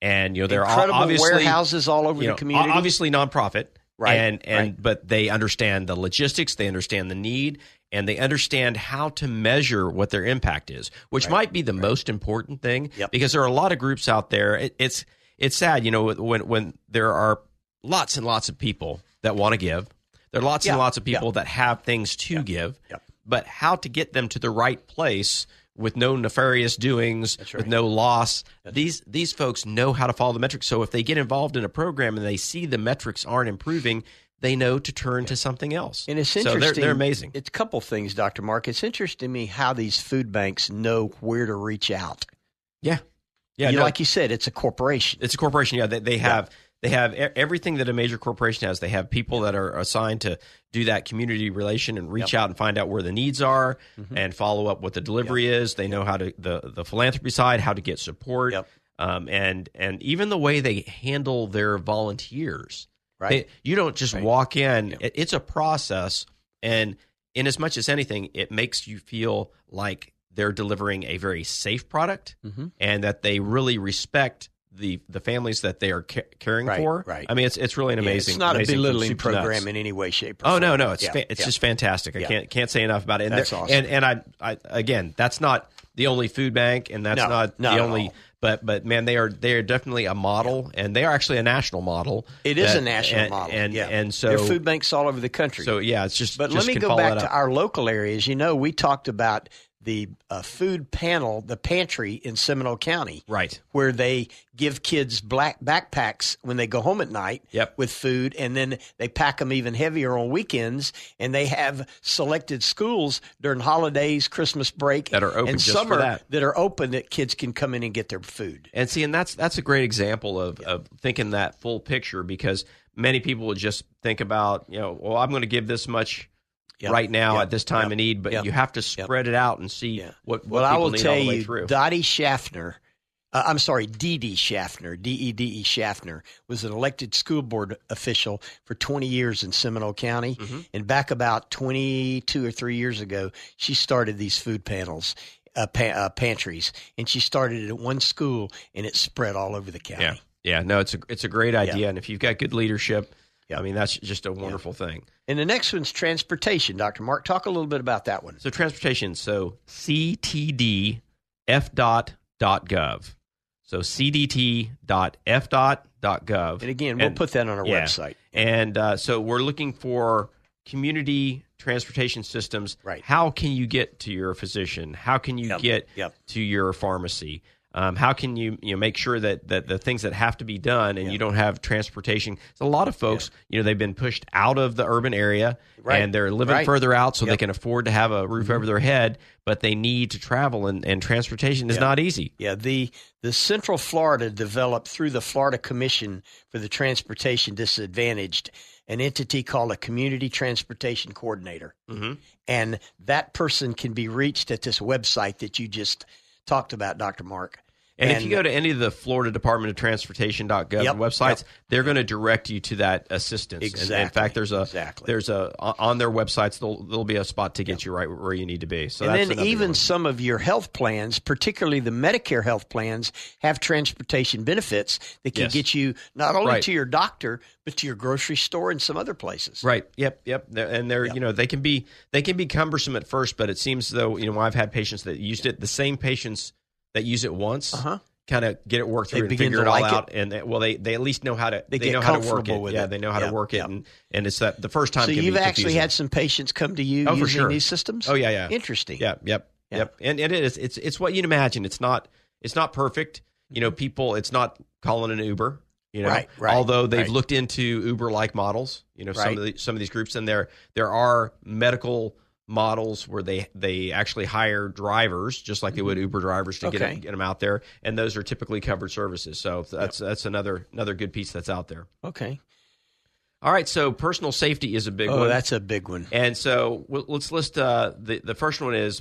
Speaker 2: and you know they're all-
Speaker 3: Incredible
Speaker 2: obviously
Speaker 3: warehouses all over
Speaker 2: you
Speaker 3: the
Speaker 2: know,
Speaker 3: community.
Speaker 2: o- Obviously, nonprofit,
Speaker 3: Right,
Speaker 2: And and
Speaker 3: right.
Speaker 2: but they understand the logistics, they understand the need, and they understand how to measure what their impact is, which might be the most important thing.
Speaker 3: Yep.
Speaker 2: Because there are a lot of groups out there. It, it's it's sad, you know, when when there are lots and lots of people that want to give. There are lots
Speaker 3: Yeah,
Speaker 2: and lots of people
Speaker 3: yeah.
Speaker 2: that have things to give,
Speaker 3: yeah.
Speaker 2: but how to get them to the right place with no nefarious doings, with no loss. these these folks know how to follow the metrics. So if they get involved in a program and they see the metrics aren't improving, they know to turn to something else.
Speaker 3: And it's
Speaker 2: So they're-
Speaker 3: interesting.
Speaker 2: they're, amazing.
Speaker 3: It's a couple things, Dr. Mark. It's interesting to me how these food banks know where to reach out.
Speaker 2: yeah, yeah.
Speaker 3: You know,
Speaker 2: no,
Speaker 3: like you said, it's a corporation.
Speaker 2: it's a corporation. Yeah, they, they have they have e- everything that a major corporation has. They have people that are assigned to do that community relation and reach out and find out where the needs are and follow up what the delivery is. They know how to the the philanthropy side, how to get support,
Speaker 3: Yep.
Speaker 2: um, and and even the way they handle their volunteers.
Speaker 3: Right.
Speaker 2: They- you don't just walk in. It, it's a process, and in as much as anything, it makes you feel like they're delivering a very safe product
Speaker 3: Mm-hmm.
Speaker 2: and that they really respect the the families that they are ca- caring
Speaker 3: Right,
Speaker 2: for.
Speaker 3: right.
Speaker 2: I mean, it's it's really an
Speaker 3: Yeah,
Speaker 2: amazing.
Speaker 3: it's not
Speaker 2: amazing
Speaker 3: a
Speaker 2: from
Speaker 3: belittling
Speaker 2: soup to nuts.
Speaker 3: program in any way, shape, or
Speaker 2: Oh
Speaker 3: form.
Speaker 2: no, no, it's
Speaker 3: Yeah,
Speaker 2: fa- it's
Speaker 3: yeah.
Speaker 2: just fantastic. I
Speaker 3: Yeah.
Speaker 2: can't can't say enough about it. And
Speaker 3: That's
Speaker 2: there-
Speaker 3: awesome.
Speaker 2: And and I, I again, that's not the only food bank, and that's
Speaker 3: No,
Speaker 2: not
Speaker 3: not
Speaker 2: the
Speaker 3: at
Speaker 2: only.
Speaker 3: all.
Speaker 2: But but man, they are they are definitely a model, and they are actually a national model.
Speaker 3: It is
Speaker 2: that-
Speaker 3: a national
Speaker 2: and-
Speaker 3: model.
Speaker 2: and
Speaker 3: yeah.
Speaker 2: and
Speaker 3: there
Speaker 2: so
Speaker 3: are food banks all over the country.
Speaker 2: so yeah, it's just.
Speaker 3: But
Speaker 2: just
Speaker 3: let
Speaker 2: can
Speaker 3: me go
Speaker 2: follow
Speaker 3: back
Speaker 2: that
Speaker 3: to
Speaker 2: up.
Speaker 3: our local areas. You know, we talked about the uh, food panel, the pantry in Seminole County,
Speaker 2: right.
Speaker 3: where they give kids black backpacks when they go home at night
Speaker 2: Yep.
Speaker 3: with food, and then they pack them even heavier on weekends. And they have selected schools during holidays, Christmas break,
Speaker 2: That are open
Speaker 3: and
Speaker 2: just for
Speaker 3: summer
Speaker 2: that.
Speaker 3: are open that kids can come in and get their food.
Speaker 2: And see, and that's that's a great example of, of thinking that full picture because many people would just think about, you know, well, I'm going to give this much
Speaker 3: Yeah.
Speaker 2: right now
Speaker 3: Yeah.
Speaker 2: at this time of need, but
Speaker 3: Yeah.
Speaker 2: you have to spread it out and see
Speaker 3: Yeah.
Speaker 2: what, what
Speaker 3: well, I
Speaker 2: people
Speaker 3: will
Speaker 2: need
Speaker 3: tell
Speaker 2: all the way
Speaker 3: you,
Speaker 2: through.
Speaker 3: Dottie Schaffner, uh, I'm sorry, Dee Dee Schaffner, D E D E Schaffner, was an elected school board official for 20 years in Seminole County.
Speaker 2: Mm-hmm.
Speaker 3: And back about 22 or three years ago, she started these food panels. Uh, pa- uh, pantries, and she started it at one school, and it spread all over the county.
Speaker 2: yeah, yeah, no, it's a it's a great idea, and if you've got good leadership,
Speaker 3: Yeah.
Speaker 2: I mean, that's just a wonderful thing.
Speaker 3: And the next one's transportation. Doctor Mark, talk a little bit about that one.
Speaker 2: So transportation, so ctdf.gov. So cdt.f.gov.
Speaker 3: And again, we'll put that on our
Speaker 2: yeah.
Speaker 3: website.
Speaker 2: And uh, so we're looking for community transportation systems.
Speaker 3: Right.
Speaker 2: How can you get to your physician? How can you
Speaker 3: Yep.
Speaker 2: get
Speaker 3: Yep.
Speaker 2: to your pharmacy? Um, how can you you know make sure that, that the things that have to be done and you don't have transportation? So a lot of folks, you know, they've been pushed out of the urban area
Speaker 3: Right.
Speaker 2: and they're living
Speaker 3: Right. Mm-hmm.
Speaker 2: further out, so they can afford to have a roof over their head, but they need to travel and, and transportation is not easy.
Speaker 3: Yeah, the the Central Florida developed through the Florida Commission for the Transportation Disadvantaged an entity called a Community Transportation Coordinator, mm-hmm. and that person can be reached at this website that you just talked about, Doctor Mark.
Speaker 2: And, if you go to any of the Florida Department of Transportation.gov
Speaker 3: Yep,
Speaker 2: websites,
Speaker 3: yep.
Speaker 2: they're going to direct you to that assistance. And- And in
Speaker 3: Exactly,
Speaker 2: fact, there's a
Speaker 3: exactly.
Speaker 2: there's a on their websites there'll, there'll be a spot to get you right where you need to be. So that's
Speaker 3: and then
Speaker 2: another
Speaker 3: even
Speaker 2: one.
Speaker 3: some of your health plans, particularly the Medicare health plans, have transportation benefits that can
Speaker 2: Yes.
Speaker 3: get you not only
Speaker 2: Right.
Speaker 3: to your doctor but to your grocery store and some other places.
Speaker 2: Right. Yep. Yep. They're- And they're you know they can be they can be cumbersome at first, but it seems though you know I've had patients that used it the same patients that use it once kind of get it worked
Speaker 3: Uh-huh.
Speaker 2: through
Speaker 3: They
Speaker 2: and
Speaker 3: begin
Speaker 2: figure
Speaker 3: to
Speaker 2: it all
Speaker 3: like it.
Speaker 2: out, and they, well they they at least know how to
Speaker 3: They get
Speaker 2: know how to work it.
Speaker 3: comfortable with
Speaker 2: yeah,
Speaker 3: it.
Speaker 2: they know how
Speaker 3: Yeah,
Speaker 2: to work it,
Speaker 3: yeah.
Speaker 2: and and it's that the first time.
Speaker 3: So
Speaker 2: can be
Speaker 3: you've actually
Speaker 2: confusing.
Speaker 3: had some patients come to you
Speaker 2: Oh, for
Speaker 3: using
Speaker 2: sure.
Speaker 3: these systems.
Speaker 2: Oh yeah, yeah.
Speaker 3: interesting.
Speaker 2: Yeah, yep,
Speaker 3: Yeah.
Speaker 2: yep. And, and it is. It's it's what you'd imagine. It's not it's not perfect. You know, people. It's not calling an Uber. You know,
Speaker 3: Mm-hmm. Right, right,
Speaker 2: although they've
Speaker 3: right.
Speaker 2: looked into Uber-like models. You know, some of
Speaker 3: Right.
Speaker 2: the, some of these groups, and there there are medical models where they they actually hire drivers just like they would Uber drivers to
Speaker 3: Mm-hmm. Okay.
Speaker 2: get get them out there, and those are typically covered services. So that's that's another another good piece that's out there.
Speaker 3: Okay.
Speaker 2: All right, so personal safety is a big
Speaker 3: Oh,
Speaker 2: one.
Speaker 3: that's a big one.
Speaker 2: And so well, let's list uh, the the first one is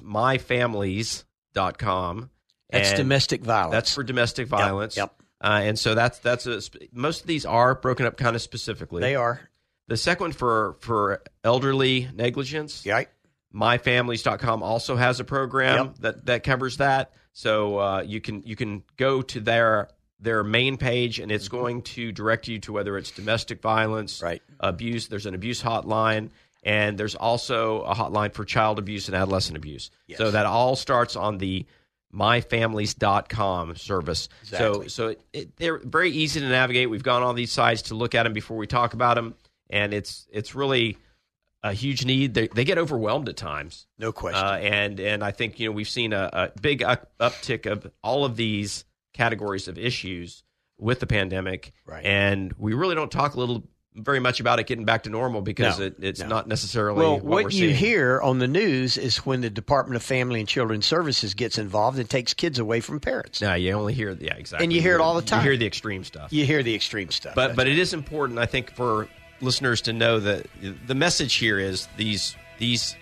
Speaker 2: myfamilies.com.
Speaker 3: That's
Speaker 2: And
Speaker 3: domestic violence.
Speaker 2: That's for domestic violence.
Speaker 3: yep.
Speaker 2: Uh, and so that's that's a, sp- most of these are broken up kind of specifically.
Speaker 3: they are
Speaker 2: The second one for for elderly negligence.
Speaker 3: right.
Speaker 2: Myfamilies.com also has a program
Speaker 3: Yep.
Speaker 2: that that covers that. So uh, you can you can go to their their main page and it's going to direct you to whether it's domestic violence,
Speaker 3: Mm-hmm. Right.
Speaker 2: abuse. There's an abuse hotline, and there's also a hotline for child abuse and adolescent abuse. So that all starts on the myfamilies.com service. So so it, it, they're very easy to navigate. We've gone on these sites to look at them before we talk about them, and it's it's really a huge need. They, they get overwhelmed at times.
Speaker 3: No question.
Speaker 2: Uh, and and I think you know we've seen a, a big up, uptick of all of these categories of issues with the pandemic,
Speaker 3: Right.
Speaker 2: and we really don't talk a little very much about it getting back to normal because
Speaker 3: No,
Speaker 2: it, it's
Speaker 3: no.
Speaker 2: not necessarily
Speaker 3: well,
Speaker 2: what,
Speaker 3: what,
Speaker 2: we're
Speaker 3: you
Speaker 2: seeing.
Speaker 3: hear on the news is when the Department of Family and Children's Services gets involved and takes kids away from parents.
Speaker 2: No, you only hear yeah exactly,
Speaker 3: And you hear it all the time.
Speaker 2: You hear the extreme stuff,
Speaker 3: You hear the extreme stuff.
Speaker 2: but but it is important I think for listeners to know that the message here is these these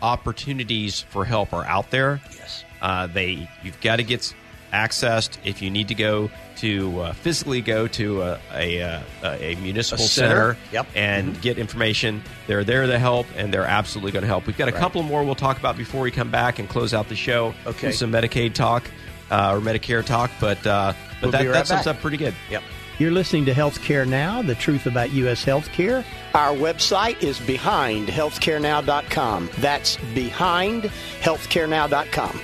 Speaker 2: opportunities for help are out there.
Speaker 3: yes,
Speaker 2: Uh, they you've got to get s- accessed if you need to go to uh, physically go to a a, uh, a municipal
Speaker 3: A center.
Speaker 2: center,
Speaker 3: Yep. Mm-hmm.
Speaker 2: and get information. They're there to help, and they're absolutely going to help. We've got a couple more we'll talk about before we come back and close out the show.
Speaker 3: Okay.
Speaker 2: with some Medicaid talk uh, or Medicare talk, but uh, but
Speaker 3: We'll
Speaker 2: that,
Speaker 3: be right
Speaker 2: that sums
Speaker 3: back.
Speaker 2: up pretty good.
Speaker 3: yep. You're listening to Healthcare Now, the truth about U.S. healthcare. Our website is behindhealthcarenow.com. That's behindhealthcarenow.com.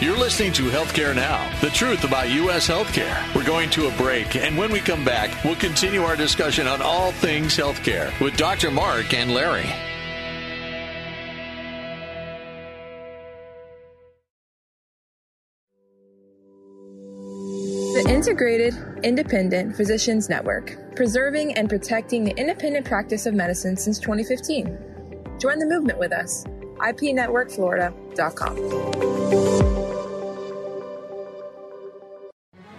Speaker 4: You're listening to Healthcare Now, the truth about U.S. healthcare. We're going to a break, and when we come back, we'll continue our discussion on all things healthcare with Dr. Mark and Larry.
Speaker 5: The Integrated Independent Physicians Network, preserving and protecting the independent practice of medicine since 2015. Join the movement with us. IPNetworkFlorida.com.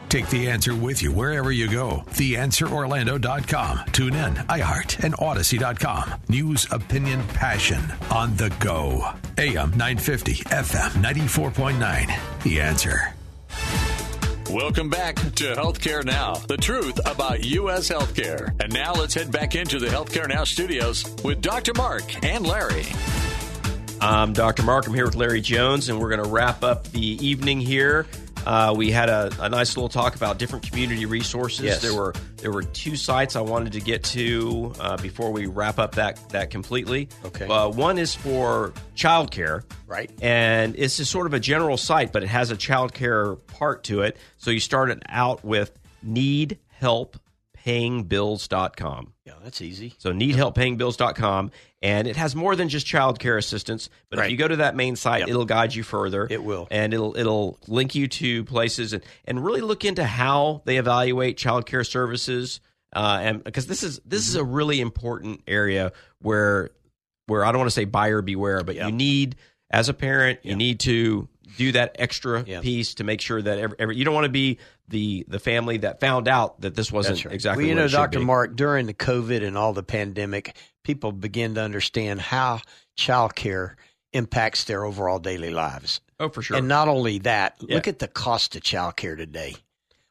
Speaker 1: Take the answer with you wherever you go. TheAnswerOrlando.com. Tune in, iHeart, and Odyssey.com. News, opinion, passion on the go. AM 950, FM 94.9. The answer.
Speaker 4: Welcome back to Healthcare Now, the truth about U.S. healthcare. And now let's head back into the Healthcare Now studios with Dr. Mark and Larry.
Speaker 2: I'm Dr. Mark. I'm here with Larry Jones, and we're going to wrap up the evening here. Uh, we had a, a nice little talk about different community resources.
Speaker 3: Yes.
Speaker 2: There were there were two sites I wanted to get to uh, before we wrap up that that completely.
Speaker 3: Okay.
Speaker 2: Uh, one is for childcare,
Speaker 3: Right.
Speaker 2: And it's just sort of a general site, but it has a child care part to it. So you start it out with needhelppayingbills.com.
Speaker 3: Yeah, that's easy.
Speaker 2: So needhelppayingbills.com. And it has more than just child care assistance. But if
Speaker 3: Right.
Speaker 2: you go to that main site,
Speaker 3: Yep.
Speaker 2: it'll guide you further.
Speaker 3: It will.
Speaker 2: And it'll it'll link you to places and, and really look into how they evaluate child care services. Uh, and because this is this is a
Speaker 3: Mm-hmm.
Speaker 2: really important area where where I don't want to say buyer beware, but you need as a parent, you need to do that extra
Speaker 3: Yeah.
Speaker 2: piece to make sure that every, every you don't want to be the the family that found out that this wasn't exactly
Speaker 3: Well, you
Speaker 2: what
Speaker 3: know,
Speaker 2: it should
Speaker 3: Dr.
Speaker 2: be.
Speaker 3: Mark, during the COVID and all the pandemic, people begin to understand how childcare impacts their overall daily lives.
Speaker 2: Oh, for sure.
Speaker 3: And not only that,
Speaker 2: Yeah.
Speaker 3: look at the cost of childcare today.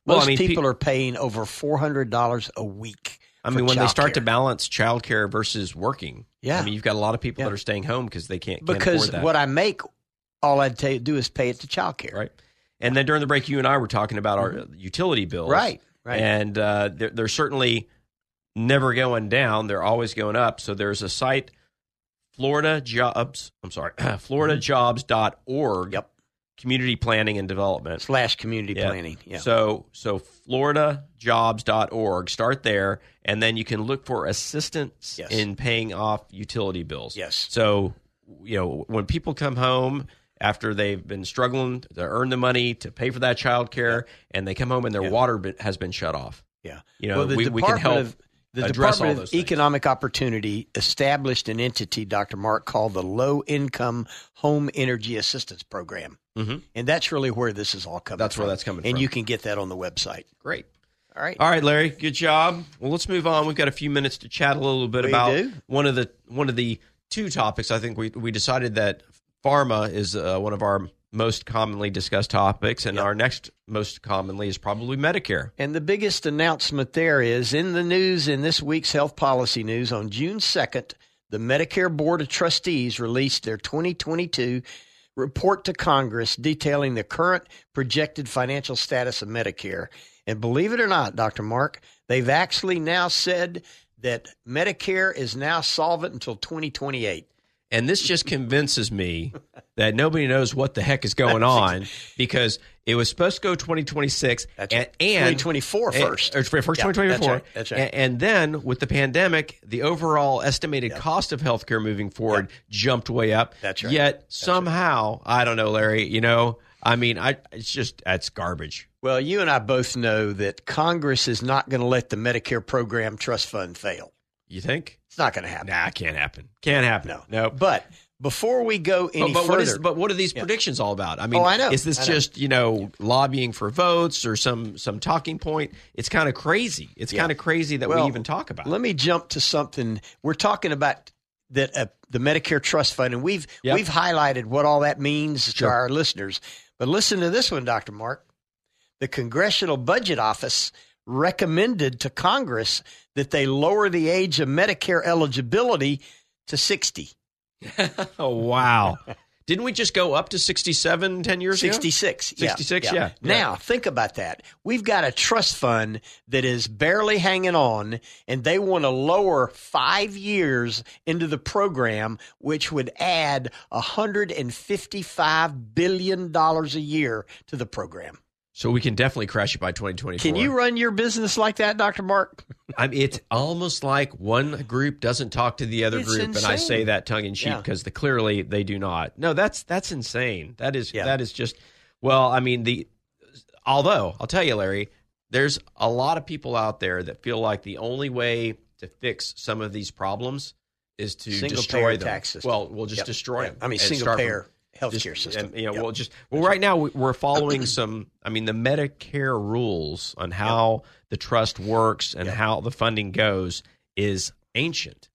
Speaker 2: Well, I
Speaker 3: Most
Speaker 2: mean, pe-
Speaker 3: people are paying over four hundred dollars a week.
Speaker 2: I
Speaker 3: for
Speaker 2: mean, when they start to
Speaker 3: childcare.
Speaker 2: balance childcare versus working,
Speaker 3: Yeah.
Speaker 2: I mean, you've got a lot of people
Speaker 3: Yeah.
Speaker 2: that are staying home because they can't can't
Speaker 3: because
Speaker 2: afford that,
Speaker 3: what I make, all I'd ta- do is pay it to childcare.
Speaker 2: right? And then during the break, you and I were talking about our utility bills,
Speaker 3: Right, right.
Speaker 2: And uh, they're, they're certainly never going down; they're always going up. So there's a site, Florida Jobs. I'm sorry, (clears throat) FloridaJobs.org.
Speaker 3: Mm-hmm. Yep.
Speaker 2: Community planning and development.
Speaker 3: Slash community
Speaker 2: Yeah.
Speaker 3: planning. Yeah.
Speaker 2: So so floridajobs.org start there and then you can look for assistance
Speaker 3: Yes.
Speaker 2: in paying off utility bills.
Speaker 3: Yes.
Speaker 2: So you know when people come home after they've been struggling to earn the money to pay for that child care and they come home and their water bi- has been shut off.
Speaker 3: Yeah.
Speaker 2: You know, we- we can
Speaker 3: Department
Speaker 2: help
Speaker 3: of, the
Speaker 2: address all
Speaker 3: Department
Speaker 2: those
Speaker 3: of
Speaker 2: things.
Speaker 3: Economic Opportunity established an entity, Dr. Mark, called the Low Income Home Energy Assistance Program.
Speaker 2: Mhm.
Speaker 3: And that's really where this is all coming
Speaker 2: That's
Speaker 3: from.
Speaker 2: where that's coming
Speaker 3: and
Speaker 2: from.
Speaker 3: you can get that on the website.
Speaker 2: Great.
Speaker 3: All right.
Speaker 2: All right, Larry. Good job. Well, let's move on. We've got a few minutes to chat a little bit
Speaker 3: We
Speaker 2: about
Speaker 3: do.
Speaker 2: one of the one of the two topics. I think we we decided that pharma is uh, one of our most commonly discussed topics, and our next most commonly is probably Medicare.
Speaker 3: And the biggest announcement there is in the news in this week's health policy news on June 2nd, the Medicare Board of Trustees released their 2022 report to Congress detailing the current projected financial status of Medicare. And believe it or not, Dr. Mark, they've actually now said that Medicare is now solvent until 2028.
Speaker 2: And this just convinces me that nobody knows what the heck is going on because it was supposed to go 2026
Speaker 3: That's
Speaker 2: and,
Speaker 3: right.
Speaker 2: and
Speaker 3: 2024
Speaker 2: and-
Speaker 3: first.
Speaker 2: or first
Speaker 3: Yeah,
Speaker 2: 2024.
Speaker 3: that's right, that's right.
Speaker 2: And, and then with the pandemic, the overall estimated cost of healthcare moving forward jumped way up.
Speaker 3: That's right.
Speaker 2: Yet somehow, I don't know, Larry, you know, I mean, I it's just that's garbage.
Speaker 3: Well, you and I both know that Congress is not going to let the Medicare program trust fund fail.
Speaker 2: You think?
Speaker 3: It's not going to happen.
Speaker 2: Nah, can't happen. Can't happen.
Speaker 3: No,
Speaker 2: No.
Speaker 3: But before we go any
Speaker 2: but, but
Speaker 3: further,
Speaker 2: what is but what are these predictions all about? I mean,
Speaker 3: Oh, I know.
Speaker 2: is this
Speaker 3: I know.
Speaker 2: just you know lobbying for votes or some some talking point? It's kind of crazy. It's kind of crazy that
Speaker 3: Well,
Speaker 2: we even talk about.
Speaker 3: let
Speaker 2: it.
Speaker 3: me jump to something we're talking about that uh, the Medicare Trust Fund, and we've
Speaker 2: Yep.
Speaker 3: we've highlighted what all that means to our listeners. But listen to this one, Doctor Mark. The Congressional Budget Office recommended to Congress that they lower the age of Medicare eligibility to sixty.
Speaker 2: Oh wow!
Speaker 3: (laughs)
Speaker 2: Didn't we just go up to 67 10 years ago?
Speaker 3: 66. yeah,
Speaker 2: 66, yeah, yeah.
Speaker 3: Now, think about that. We've got a trust fund that is barely hanging on, and they want to lower five years into the program, which would add $155 billion a year to the program.
Speaker 2: So we can definitely crash it by 2024.
Speaker 3: Can you run your business like that, Dr. Mark?
Speaker 2: I mean, it's almost like one group doesn't talk to the other
Speaker 3: It's
Speaker 2: group, and I
Speaker 3: insane.
Speaker 2: say that tongue in cheek
Speaker 3: Yeah.
Speaker 2: because the, clearly they do not. No, that's that's insane. That is
Speaker 3: Yeah.
Speaker 2: that is just. Well, I mean the. Although I'll tell you, Larry, there's a lot of people out there that feel like the only way to fix some of these problems is to
Speaker 3: Single
Speaker 2: destroy
Speaker 3: payer
Speaker 2: them.
Speaker 3: tax system.
Speaker 2: Well, we'll just
Speaker 3: Yep.
Speaker 2: destroy
Speaker 3: Yep.
Speaker 2: them.
Speaker 3: I mean,
Speaker 2: and
Speaker 3: single
Speaker 2: start from-
Speaker 3: payer healthcare
Speaker 2: just-
Speaker 3: system.
Speaker 2: And, you know,
Speaker 3: Yep.
Speaker 2: we'll just well, right now we- we're following some. I mean, the Medicare rules on how the trust works and how the funding goes is ancient.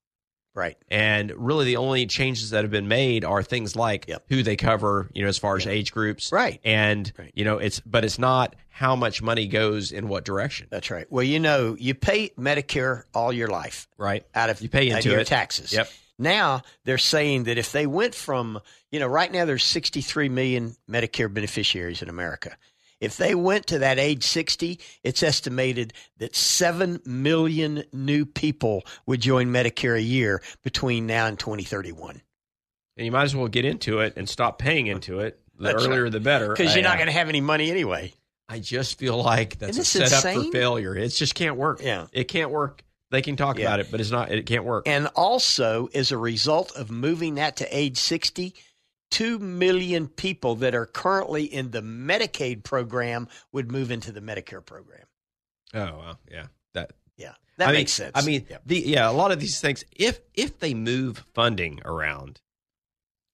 Speaker 3: Right.
Speaker 2: And really, the only changes that have been made are things like
Speaker 3: Yep.
Speaker 2: who they cover, you know, as far as age groups,
Speaker 3: Right.
Speaker 2: And
Speaker 3: Right.
Speaker 2: you know, it's but it's not how much money goes in what direction,
Speaker 3: That's right. Well, you know, you pay Medicare all your life.
Speaker 2: right?
Speaker 3: out of
Speaker 2: you pay
Speaker 3: out
Speaker 2: into
Speaker 3: of your
Speaker 2: it.
Speaker 3: taxes.
Speaker 2: Yep.
Speaker 3: Now they're saying that if they went from you know right now there's 63 million Medicare beneficiaries in America. If they went to that age 60, it's estimated that 7 million new people would join Medicare a year between now and 2031.
Speaker 2: And you might as well get into it and stop paying into it. The
Speaker 3: That's
Speaker 2: earlier
Speaker 3: right.
Speaker 2: the better.
Speaker 3: because you're
Speaker 2: I,
Speaker 3: not
Speaker 2: uh,
Speaker 3: going to have any money anyway.
Speaker 2: I just feel like that's
Speaker 3: Isn't
Speaker 2: a
Speaker 3: this
Speaker 2: setup for
Speaker 3: insane?
Speaker 2: failure. It just can't work.
Speaker 3: Yeah.
Speaker 2: It can't work. They can talk
Speaker 3: Yeah.
Speaker 2: about it, but it's not it can't work.
Speaker 3: And also, as a result of moving that to age 60, 2 million people that are currently in the Medicaid program would move into the Medicare program.
Speaker 2: oh wow. Yeah. That
Speaker 3: Yeah. That
Speaker 2: I mean-
Speaker 3: makes sense.
Speaker 2: I mean,
Speaker 3: Yeah.
Speaker 2: the yeah, a lot of these things. If if they move funding around,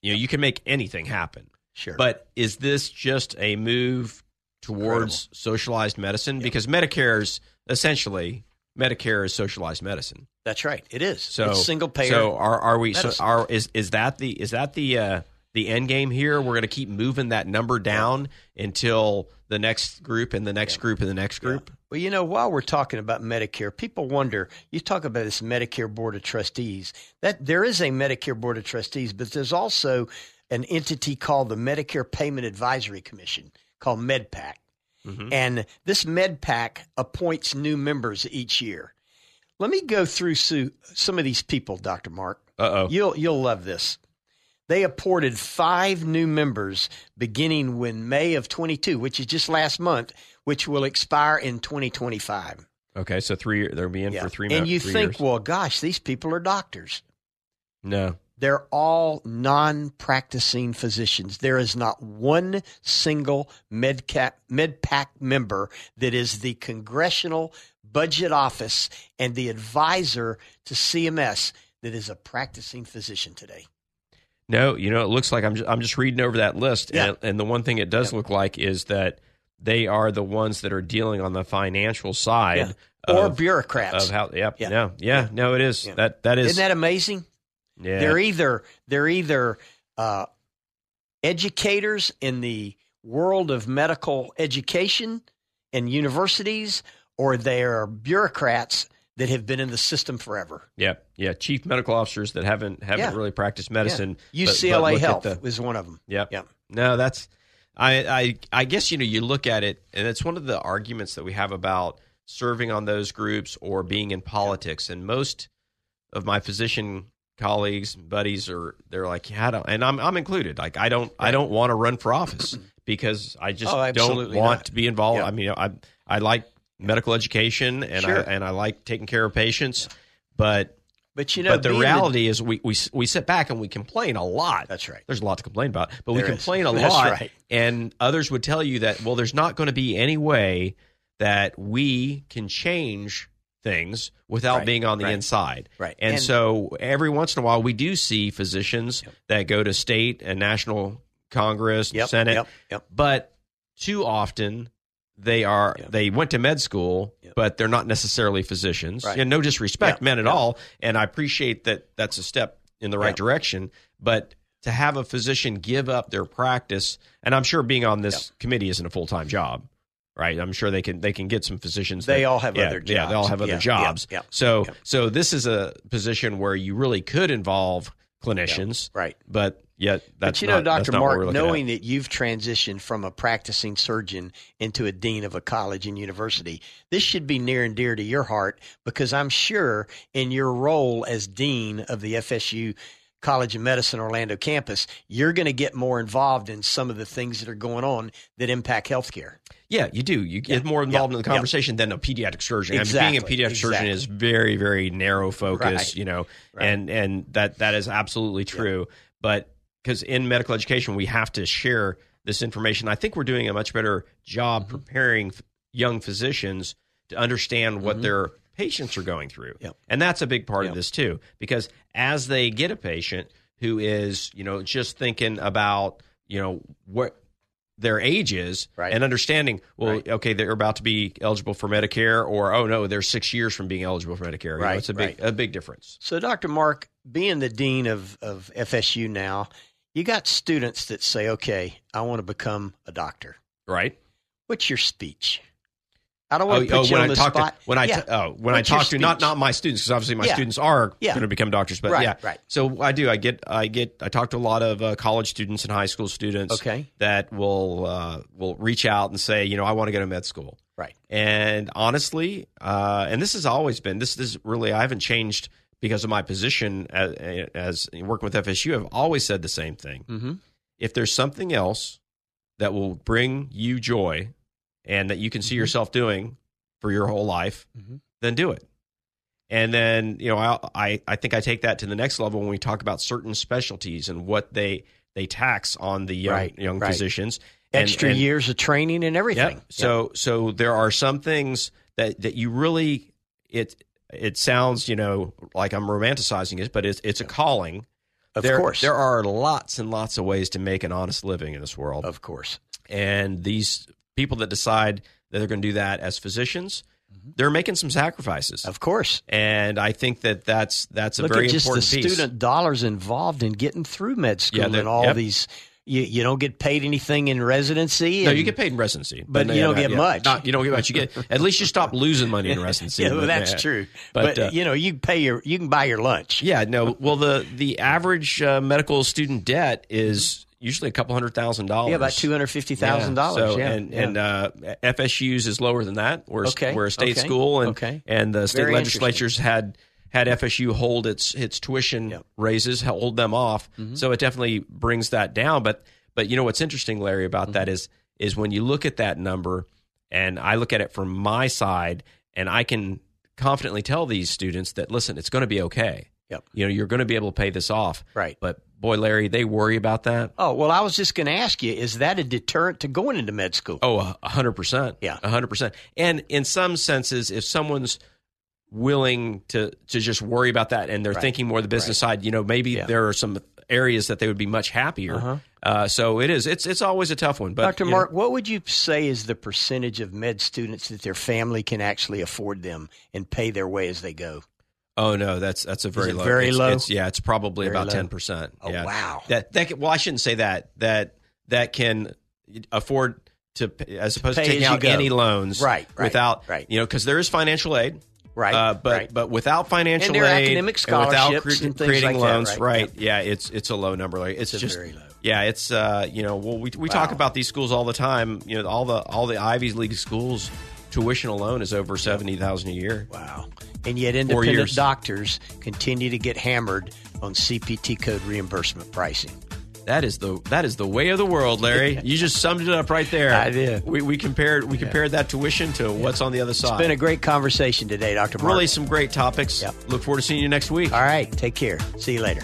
Speaker 2: you know, you can make anything happen.
Speaker 3: sure.
Speaker 2: But is this just a move towards socialized medicine? Because Medicare's essentially Medicare is socialized medicine.
Speaker 3: that's right. It is.
Speaker 2: So
Speaker 3: it's single payer.
Speaker 2: So are are we? So
Speaker 3: medicine.
Speaker 2: are is is that the is that the uh, the end game here? We're going to keep moving that number down until the next group and the next group and the next group.
Speaker 3: Well, you know, while we're talking about Medicare, people wonder. You talk about this Medicare Board of Trustees. That there is a Medicare Board of Trustees, but there's also an entity called the Medicare Payment Advisory Commission, called MedPAC,
Speaker 2: Mm-hmm.
Speaker 3: and this MedPAC appoints new members each year. Let me go through Sue, some of these people, Doctor Mark.
Speaker 2: Uh oh.
Speaker 3: You'll you'll love this. They apported five new members beginning when May of 22, which is just last month, which will expire in 2025.
Speaker 2: Okay, so three year- they'll be in
Speaker 3: Yeah.
Speaker 2: for three.
Speaker 3: and
Speaker 2: mo-
Speaker 3: you
Speaker 2: three
Speaker 3: think,
Speaker 2: years.
Speaker 3: well, gosh, these people are doctors.
Speaker 2: no.
Speaker 3: They're all non practicing physicians. There is not one single MedCap, MedPAC member that is the Congressional Budget Office and the advisor to CMS that is a practicing physician today.
Speaker 2: No, you know, it looks like I'm just, I'm just reading over that list, and, and the one thing it does look like is that they are the ones that are dealing on the financial side
Speaker 3: Yeah. Or
Speaker 2: of,
Speaker 3: bureaucrats.
Speaker 2: of how. Yep, yeah,
Speaker 3: Yeah.
Speaker 2: no, yeah, no, it is
Speaker 3: Yeah.
Speaker 2: that that is
Speaker 3: Isn't that amazing?
Speaker 2: yeah.
Speaker 3: They're either they're either uh, educators in the world of medical education and universities, or they are bureaucrats that have been in the system forever.
Speaker 2: Yeah, yeah. Chief medical officers that haven't haven't
Speaker 3: Yeah.
Speaker 2: really practiced medicine.
Speaker 3: Yeah.
Speaker 2: but-
Speaker 3: UCLA
Speaker 2: but look at
Speaker 3: Health
Speaker 2: the-
Speaker 3: is one of them.
Speaker 2: yeah,
Speaker 3: Yeah.
Speaker 2: No, that's I, I I guess you know you look at it, and it's one of the arguments that we have about serving on those groups or being in politics. And most of my physician colleagues, and buddies, are they're like, yeah, I don't, and I'm I'm included. Like I don't I don't want to run for office because I just
Speaker 3: Oh,
Speaker 2: don't
Speaker 3: absolutely
Speaker 2: want
Speaker 3: not.
Speaker 2: to be involved.
Speaker 3: Yeah.
Speaker 2: I mean, I I like medical education and I
Speaker 3: Sure.
Speaker 2: and I like taking care of patients, but
Speaker 3: But you know,
Speaker 2: but the
Speaker 3: being
Speaker 2: reality is we, we we sit back and we complain a lot.
Speaker 3: That's right.
Speaker 2: There's a lot to complain about, but we
Speaker 3: There is.
Speaker 2: complain a
Speaker 3: (laughs) That's
Speaker 2: lot.
Speaker 3: right.
Speaker 2: And others would tell you that well, there's not going to be any way that we can change things without
Speaker 3: Right.
Speaker 2: being on the
Speaker 3: Right.
Speaker 2: inside.
Speaker 3: Right.
Speaker 2: And,
Speaker 3: And-
Speaker 2: so every once in a while we do see physicians that go to state and national congress,
Speaker 3: Yep,
Speaker 2: senate,
Speaker 3: yep, yep.
Speaker 2: but too often they are
Speaker 3: Yeah.
Speaker 2: they went to med school,
Speaker 3: Yeah.
Speaker 2: but they're not necessarily physicians.
Speaker 3: Right.
Speaker 2: And no disrespect
Speaker 3: Yeah,
Speaker 2: meant at
Speaker 3: yeah.
Speaker 2: all, and I appreciate that that's a step in the right
Speaker 3: Yeah.
Speaker 2: direction. But to have a physician give up their practice, and I'm sure being on this committee isn't a full time job, right? I'm sure they can they can get some physicians.
Speaker 3: They
Speaker 2: that-
Speaker 3: all have
Speaker 2: yeah,
Speaker 3: other
Speaker 2: Yeah, they all
Speaker 3: jobs.
Speaker 2: have other
Speaker 3: Yeah, yeah,
Speaker 2: jobs.
Speaker 3: yeah,
Speaker 2: so
Speaker 3: yeah.
Speaker 2: so this is a position where you really could involve clinicians,
Speaker 3: right.
Speaker 2: But yet that's
Speaker 3: but you
Speaker 2: not,
Speaker 3: know,
Speaker 2: that's
Speaker 3: Dr.
Speaker 2: not what we're
Speaker 3: Mark,
Speaker 2: looking at.
Speaker 3: knowing that you've transitioned from a practicing surgeon into a dean of a college and university, this should be near and dear to your heart because I'm sure in your role as dean of the FSU College of Medicine Orlando campus, you're going to get more involved in some of the things that are going on that impact healthcare.
Speaker 2: Yeah, you do. You get more involved in the
Speaker 3: yeah.
Speaker 2: conversation than a pediatric surgeon. I mean,
Speaker 3: Exactly,
Speaker 2: being a pediatric surgeon
Speaker 3: exactly.
Speaker 2: is very, very narrow focus,
Speaker 3: Right,
Speaker 2: you know,
Speaker 3: right.
Speaker 2: and and that that is absolutely true. But because in medical education, we have to share this information. I think we're doing a much better job
Speaker 3: Mm-hmm.
Speaker 2: preparing f- young physicians to understand what their patients are going through,
Speaker 3: Mm-hmm. Yep.
Speaker 2: and that's a big part of this too. Because as they get a patient who is, you know, just thinking about, you know, what their age is
Speaker 3: Right.
Speaker 2: and understanding well okay they're about to be eligible for medicare or oh no they're six years from being eligible for medicare You know,
Speaker 3: Right,
Speaker 2: it's a big
Speaker 3: right.
Speaker 2: a big difference
Speaker 3: So, Dr. Mark, being the dean of, of FSU now, you got students that say, okay, I want to become a doctor.
Speaker 2: right
Speaker 3: What's your speech? I don't want to put you
Speaker 2: Oh, when
Speaker 3: on
Speaker 2: i
Speaker 3: the
Speaker 2: talk
Speaker 3: spot.
Speaker 2: to when i
Speaker 3: Yeah.
Speaker 2: t- oh, when
Speaker 3: What's
Speaker 2: i
Speaker 3: your
Speaker 2: talk to not
Speaker 3: speech?
Speaker 2: not my students because obviously my
Speaker 3: Yeah.
Speaker 2: students are
Speaker 3: Yeah.
Speaker 2: going to become doctors but
Speaker 3: Right,
Speaker 2: yeah
Speaker 3: right.
Speaker 2: so i do i get i get i talk to a lot of uh, college students and high school students
Speaker 3: Okay.
Speaker 2: that will uh, will reach out and say you know i want to go to med school
Speaker 3: Right.
Speaker 2: And honestly, uh, and this has always been this is really I haven't changed because of my position as, as working with FSU, I've always said the same thing.
Speaker 3: Mm-hmm.
Speaker 2: If there's something else that will bring you joy and that you can see
Speaker 3: Mm-hmm.
Speaker 2: yourself doing for your whole life,
Speaker 3: Mhm.
Speaker 2: then do it. And then, you know, I, I I think I take that to the next level when we talk about certain specialties and what they they tax on the young,
Speaker 3: Right,
Speaker 2: young
Speaker 3: right.
Speaker 2: physicians. And-
Speaker 3: Extra
Speaker 2: and-
Speaker 3: years of training and everything.
Speaker 2: Yep. So so there are some things that that you really it it sounds you know like I'm romanticizing it, but it's it's a calling.
Speaker 3: Of
Speaker 2: there,
Speaker 3: course.
Speaker 2: there are lots and lots of ways to make an honest living in this world,
Speaker 3: of course.
Speaker 2: and these people that decide that they're going to do that as physicians, they're making some sacrifices.
Speaker 3: Mm-hmm. Of course.
Speaker 2: and I think that that's that's a
Speaker 3: Look
Speaker 2: very
Speaker 3: at just the
Speaker 2: important piece.
Speaker 3: student dollars involved in getting through med school
Speaker 2: Yeah, they're-
Speaker 3: and all
Speaker 2: yep.
Speaker 3: these. You, you don't get paid anything in residency.
Speaker 2: No,
Speaker 3: and-
Speaker 2: you get paid in residency,
Speaker 3: But you don't get much.
Speaker 2: Not- you don't get much. You get at least you stop losing money
Speaker 3: (laughs)
Speaker 2: in residency.
Speaker 3: Yeah, well,
Speaker 2: But,
Speaker 3: that's
Speaker 2: yeah.
Speaker 3: true.
Speaker 2: But,
Speaker 3: But,
Speaker 2: uh,
Speaker 3: you know, you pay your you can buy your lunch.
Speaker 2: Yeah, no. Well, the the average uh, medical student debt is usually a couple hundred thousand dollars.
Speaker 3: Mm-hmm. Yeah, about two hundred fifty thousand dollars.
Speaker 2: So,
Speaker 3: Yeah,
Speaker 2: and,
Speaker 3: yeah.
Speaker 2: and uh, FSU's is lower than that. We're,
Speaker 3: Okay,
Speaker 2: we're a state
Speaker 3: okay,
Speaker 2: school, and
Speaker 3: okay.
Speaker 2: and the state
Speaker 3: Very
Speaker 2: legislatures had had FSU hold its its tuition
Speaker 3: Yep.
Speaker 2: raises, hold them off.
Speaker 3: Mm-hmm.
Speaker 2: So it definitely brings that down. But but you know what's interesting, Larry, about
Speaker 3: Mm-hmm.
Speaker 2: that is is when you look at that number, and I look at it from my side, and I can confidently tell these students that listen, it's going to be okay.
Speaker 3: Yep.
Speaker 2: You know, you're going to be able to pay this off.
Speaker 3: Right.
Speaker 2: But boy, Larry, they worry about that.
Speaker 3: oh well, I was just going to ask you: Is that a deterrent to going into med school?
Speaker 2: Oh, a a hundred percent.
Speaker 3: Yeah.
Speaker 2: a hundred percent. And in some senses, if someone's willing to to just worry about that and they're
Speaker 3: Right.
Speaker 2: thinking more the business side, you know, maybe
Speaker 3: Yeah.
Speaker 2: there are some areas that they would be much happier.
Speaker 3: Uh-huh.
Speaker 2: Uh, so it is. It's it's always a tough one. But
Speaker 3: Dr.
Speaker 2: you know,
Speaker 3: Mark, what would you say is the percentage of med students that their family can actually afford them and pay their way as they go?
Speaker 2: oh no, that's that's a very
Speaker 3: it
Speaker 2: low.
Speaker 3: very
Speaker 2: it's,
Speaker 3: low?
Speaker 2: it's- yeah, it's probably
Speaker 3: Very
Speaker 2: about
Speaker 3: low.
Speaker 2: ten percent.
Speaker 3: Oh,
Speaker 2: yeah.
Speaker 3: wow.
Speaker 2: That that can, well, I shouldn't say that. That that can afford to pay- as opposed
Speaker 3: Pay
Speaker 2: to taking
Speaker 3: as you
Speaker 2: out
Speaker 3: go.
Speaker 2: any loans,
Speaker 3: Right, right,
Speaker 2: Without
Speaker 3: right.
Speaker 2: you know, because there is financial aid.
Speaker 3: Right,
Speaker 2: Uh, but
Speaker 3: right.
Speaker 2: but without financial
Speaker 3: And there are
Speaker 2: aid,
Speaker 3: academic
Speaker 2: without
Speaker 3: scholarships and things
Speaker 2: creating
Speaker 3: like that,
Speaker 2: loans,
Speaker 3: right?
Speaker 2: right? Yeah, it's it's a low number. Like it's,
Speaker 3: It's a
Speaker 2: just
Speaker 3: very low.
Speaker 2: Yeah, it's uh, you know, well, we we talk about these schools all the time. You know, all the all the Ivy League schools tuition alone is over seventy thousand a year.
Speaker 3: Wow. And yet,
Speaker 2: Four years.
Speaker 3: independent doctors continue to get hammered on CPT code reimbursement pricing.
Speaker 2: That is the that is the way of the world,
Speaker 3: (laughs)
Speaker 2: Larry. you just summed it up right there.
Speaker 3: I did.
Speaker 2: We, we compared we compared that tuition to what's on the other side.
Speaker 3: It's been a great conversation today, Dr. Mark.
Speaker 2: really some great topics.
Speaker 3: Yep.
Speaker 2: Look forward to seeing you next week.
Speaker 3: All right. Take care. See you later.